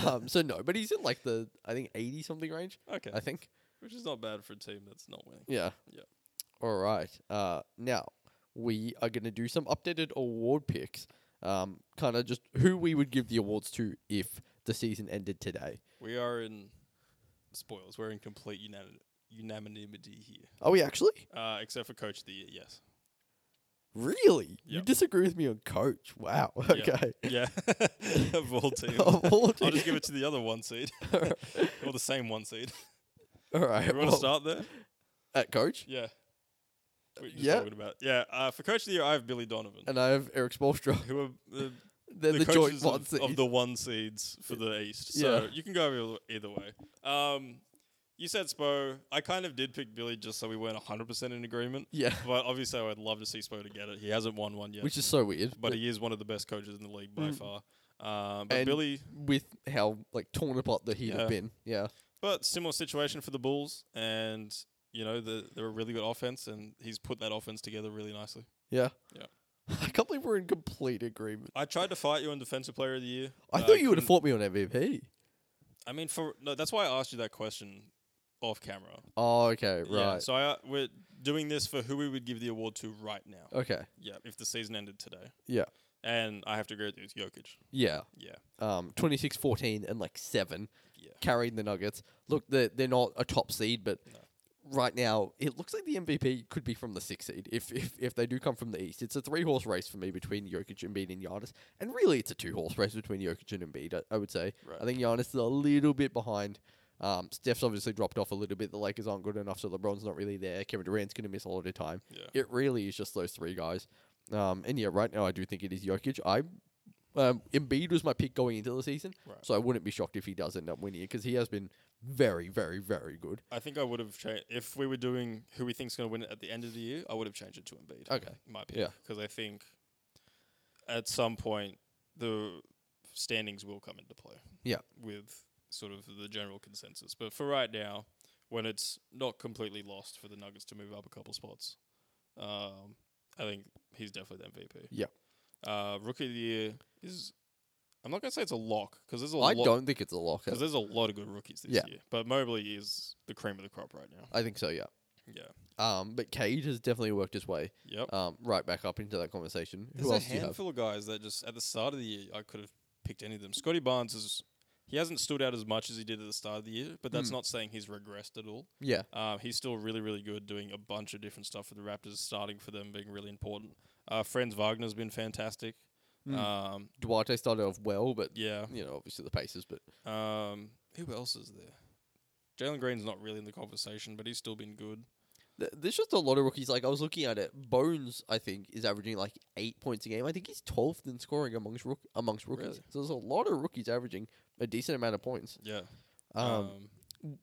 um, so no, but he's in like the, I think, 80 something range, Okay. I think. Which is not bad for a team that's not winning. Yeah. Yeah. All right. Uh, now, we are going to do some updated award picks. Um, kind of just who we would give the awards to if the season ended today. We are in spoilers. We're in complete unani- unanimity here, Are we actually? uh, except for Coach of the Year. <laughs> Yes. Really? You Yep. disagree with me on coach? Wow. Okay. <laughs> Yeah. <laughs> of all teams. Of all I'll just teams. give it to the other one seed <laughs> or the same <laughs> one seed. All right. You want well, to start there? At coach? Yeah. That's what you're just yeah. Talking about. Yeah. Uh, for Coach of the Year, I have Billy Donovan. And I have Eric Spolstra. <laughs> who are the, They're the, the joint coaches one of, of the one seeds for the East. So you can go either, either way. Um, you said Spo. I kind of did pick Billy just so we weren't 100% in agreement. <laughs> Yeah. But obviously, I would love to see Spo to get it. He hasn't won one yet. Which is so weird. but he is one of the best coaches in the league by Mm. far. Um, but And- Billy, with how like torn apart that he'd Yeah. have been. Yeah. but similar situation for the Bulls. And, you know, the, they're a really good offense, and he's put that offense together really nicely. Yeah. Yeah. <laughs> I can't believe we're in complete agreement. I tried to fight you on Defensive Player of the Year. I but thought you would have Uh, couldn't- fought me on MVP. I mean, for no, that's why I asked you that question off camera. Oh, okay, Yeah, right. so I, uh, we're doing this for who we would give the award to right now. okay. Yeah, if the season ended today. Yeah. And I have to agree with you, it's Jokic. Yeah. Yeah. Um 26-14 and like 7 Yeah. carrying the Nuggets. Look, they they're not a top seed, but No. right now it looks like the MVP could be from the 6th seed if if if they do come from the East. It's a three-horse race for me between Jokic and Embiid and Giannis. And really it's a two-horse race between Jokic and Embiid, I, I would say. Right. I think Giannis is a little bit behind. Um, Steph's obviously dropped off a little bit. The Lakers aren't good enough, so LeBron's not really there. Kevin Durant's going to miss a lot of time. Yeah. It really is just those three guys. Um, and yeah, right now I do think it is Jokic. I um, Embiid was my pick going into the season, Right. so I wouldn't be shocked if he does end up winning it because he has been very, very, very good. I think I would have changed if we were doing who we think's going to win it at the end of the year. I would have changed it to Embiid. Okay. my pick. Yeah. because I think at some point the standings will come into play. Yeah. with sort of the general consensus. But for right now, when it's not completely lost for the Nuggets to move up a couple spots, um, I think he's definitely the MVP. Yeah. uh, rookie of the year is. I'm not gonna say it's a lock because there's a I lot don't think it's a lock. because there's a lot of good rookies this Yeah. year. But Mobley is the cream of the crop right now. I think so, yeah. Yeah. Um, but Cage has definitely worked his way Yep. um, right back up into that conversation. There's Who a else do you have? handful of guys that just at the start of the year I could have picked any of them. Scotty Barnes is he hasn't stood out as much as he did at the start of the year, but that's Mm. not saying he's regressed at all. Yeah, Um, he's still really, really good, doing a bunch of different stuff for the Raptors, starting for them, being really important. Uh, Franz Wagner's been fantastic. Mm. Um, Duarte started off well, but yeah. you know, obviously the Pacers, but Um, who else is there? Jalen Green's not really in the conversation, but he's still been good. Th- There's just a lot of rookies. Like I was looking at it, Bones I think is averaging like eight points a game. I think he's twelfth in scoring amongst rook- amongst rookies. Really? So there's a lot of rookies averaging a decent amount of points. Yeah. Um,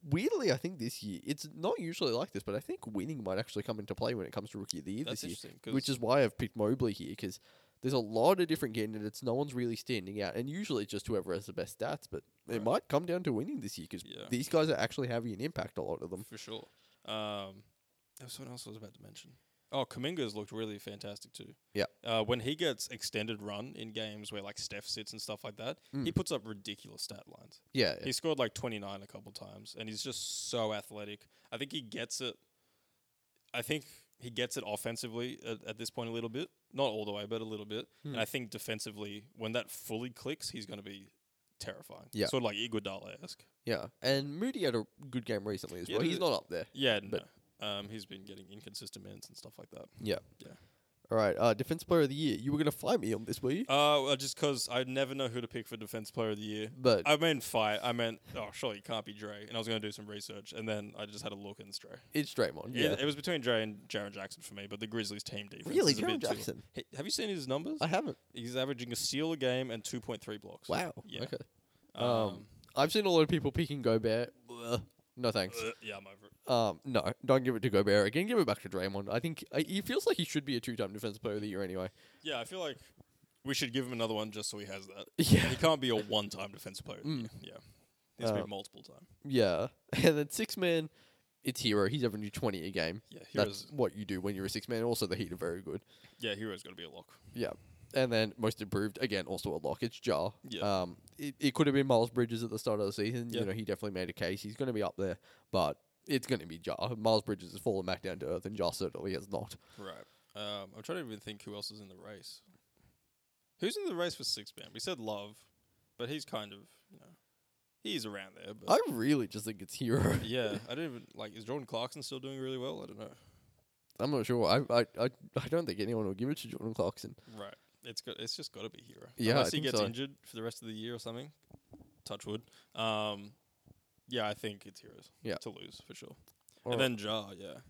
weirdly, I think this year it's not usually like this, but I think winning might actually come into play when it comes to rookie of the year that's this year, interesting. 'cause- which is why I've picked Mobley here because there's a lot of different candidates. No one's really standing out, and usually it's just whoever has the best stats. But Right. it might come down to winning this year because yeah. these guys are actually having an impact. A lot of them. For sure. Um, there was something else I was about to mention. Oh, Kaminga's looked really fantastic too. Yeah. Uh, when he gets extended run in games where like Steph sits and stuff like that, he Mm. puts up ridiculous stat lines. Yeah, He scored like 29 a couple times, and he's just so athletic. I think he gets it. I think he gets it offensively at, at this point a little bit, not all the way, but a little bit. And Mm. I think defensively, when that fully clicks, he's going to be terrifying. Yeah. Sort of like Iguodala esque. yeah. And Moody had a good game recently as Yeah, well. did He's it- not up there. Yeah, But- no. Um, he's been getting inconsistent minutes and stuff like that. All right, uh, defense player of the year. You were gonna fight me on this, were you? Uh, well, just because I never know who to pick for defense player of the year. But I meant fight. I meant oh, surely it can't be Dre. And I was gonna do some research, and then I just had a look, and it's Dre. it's Draymond. Yeah, Yeah. it was between Dre and Jaron Jackson for me, but the Grizzlies team defense Really, is a Jaron bit too- Jackson. Hey, have you seen his numbers? I haven't. He's averaging a steal a game and two point three blocks. Wow. Yeah. Okay. Um, Um, I've seen a lot of people picking Gobert. Bleh. No thanks. uh, yeah, I'm over it. Um, no, don't give it to Gobert again. Give it back to Draymond. I think uh, he feels like he should be a two-time defensive player of the year anyway. Yeah, I feel like we should give him another one just so he has that. <laughs> Yeah, He can't be a one time defensive player. of the Mm. year. Yeah. He has to Uh, be multiple time. yeah. <laughs> And then six man, it's Hero. He's averaging twenty a game. Yeah, hero's That's what you do when you're a six man. Also, the Heat are very good. yeah, hero's gotta be a lock. Yeah. And then most improved again, also a lock. It's Jar. Yeah. Um, it, it could have been Miles Bridges at the start of the season. Yeah. You know, he definitely made a case. He's going to be up there, but it's going to be Jar. Miles Bridges has fallen back down to earth, and Jar certainly has not. Right. Um, I'm trying to even think who else is in the race. Who's in the race for six man? We said love, but he's kind of you know he's around there, but I really just think it's Hero. <laughs> yeah, I don't even like. Is Jordan Clarkson still doing really well? I don't know. I'm not sure. I, I I I don't think anyone will give it to Jordan Clarkson. Right. It's got. It's just got to be Hero. Yeah, I Unless he think gets so. injured for the rest of the year or something. Touch wood. Um, yeah, I think it's Heroes. Yeah. To lose for sure. All and right. then Jar. Yeah.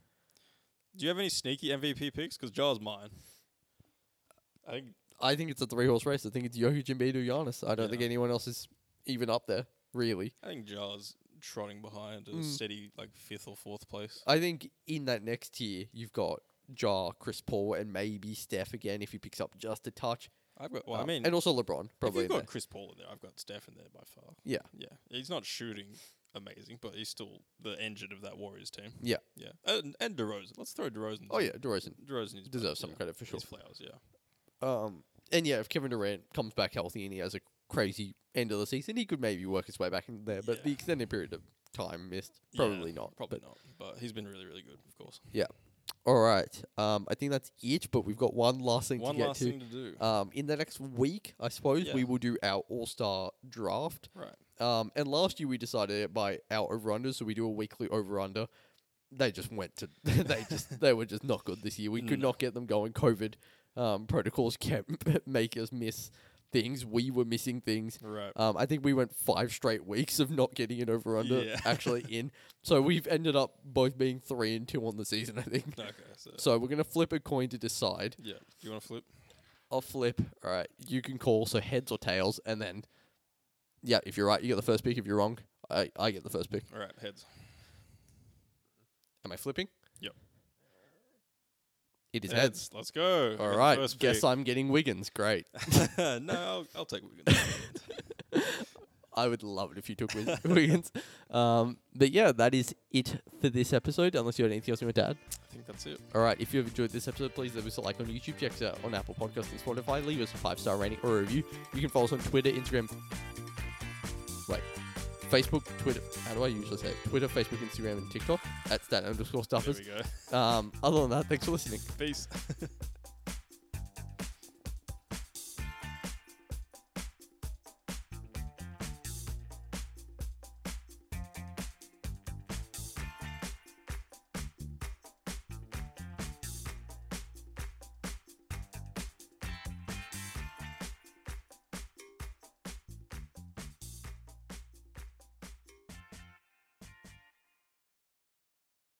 Do you have any sneaky MVP picks? Because Jar's mine. I think I think it's a three horse race. I think it's Jokic, Embiid, or Giannis. I don't Yeah. think anyone else is even up there really. I think Jar's trotting behind a Mm. steady like fifth or fourth place. I think in that next tier you've got Jar, Chris Paul, and maybe Steph again if he picks up just a touch. I've got. Well, I Um, mean, and also LeBron probably. in if you've got there. Chris Paul in there, I've got Steph in there by far. Yeah. Yeah. He's not shooting amazing, but he's still the engine of that Warriors team. Yeah. Yeah. And, and DeRozan. Let's throw DeRozan. Oh yeah, DeRozan DeRozan needs deserves flowers, some yeah. credit for sure. His flowers, yeah. Um, and yeah, if Kevin Durant comes back healthy and he has a crazy end of the season, he could maybe work his way back in there. But Yeah. the extended period of time missed, Yeah, probably not. Probably but- not. But he's been really, really good, of course. All right. Um, I think that's it. But we've got one last thing One to get last to. thing to do. Um, in the next week, I suppose Yeah. we will do our All Star draft. right. Um, and last year we decided it by our over under, so we do a weekly over under. They just went to <laughs> they just they were just not good this year. We could No. not get them going. COVID um, protocols <laughs> kept make us miss things. We were missing things. Right. Um, I think we went five straight weeks of not getting an over under Yeah. actually <laughs> in. So we've ended up both being three and two on the season. I think. okay. So, So we're gonna flip a coin to decide. yeah. You want to flip? I'll flip. All right, you can call so heads or tails, and then yeah, if you're right, you get the first pick. If you're wrong, I I get the first pick. All right. Heads. Am I flipping? Yep. It is heads. heads. Let's go. All Got the right. first Guess pick. I'm getting Wiggins. Great. <laughs> no, I'll, I'll take <laughs> Wiggins. I would love it if you took Wig- <laughs> Wiggins. Um, but yeah, that is it for this episode. Unless you had anything else you want to add. I think that's it. All right, if you have enjoyed this episode, please leave us a like on YouTube, check us out on Apple Podcasts and Spotify, leave us a five star rating or review. You can follow us on Twitter, Instagram, wait, Facebook, Twitter. How do I usually say it? Twitter, Facebook, Instagram, and TikTok at stat underscore There stuffers. we go. Um, other than that, thanks for listening. <laughs> Peace.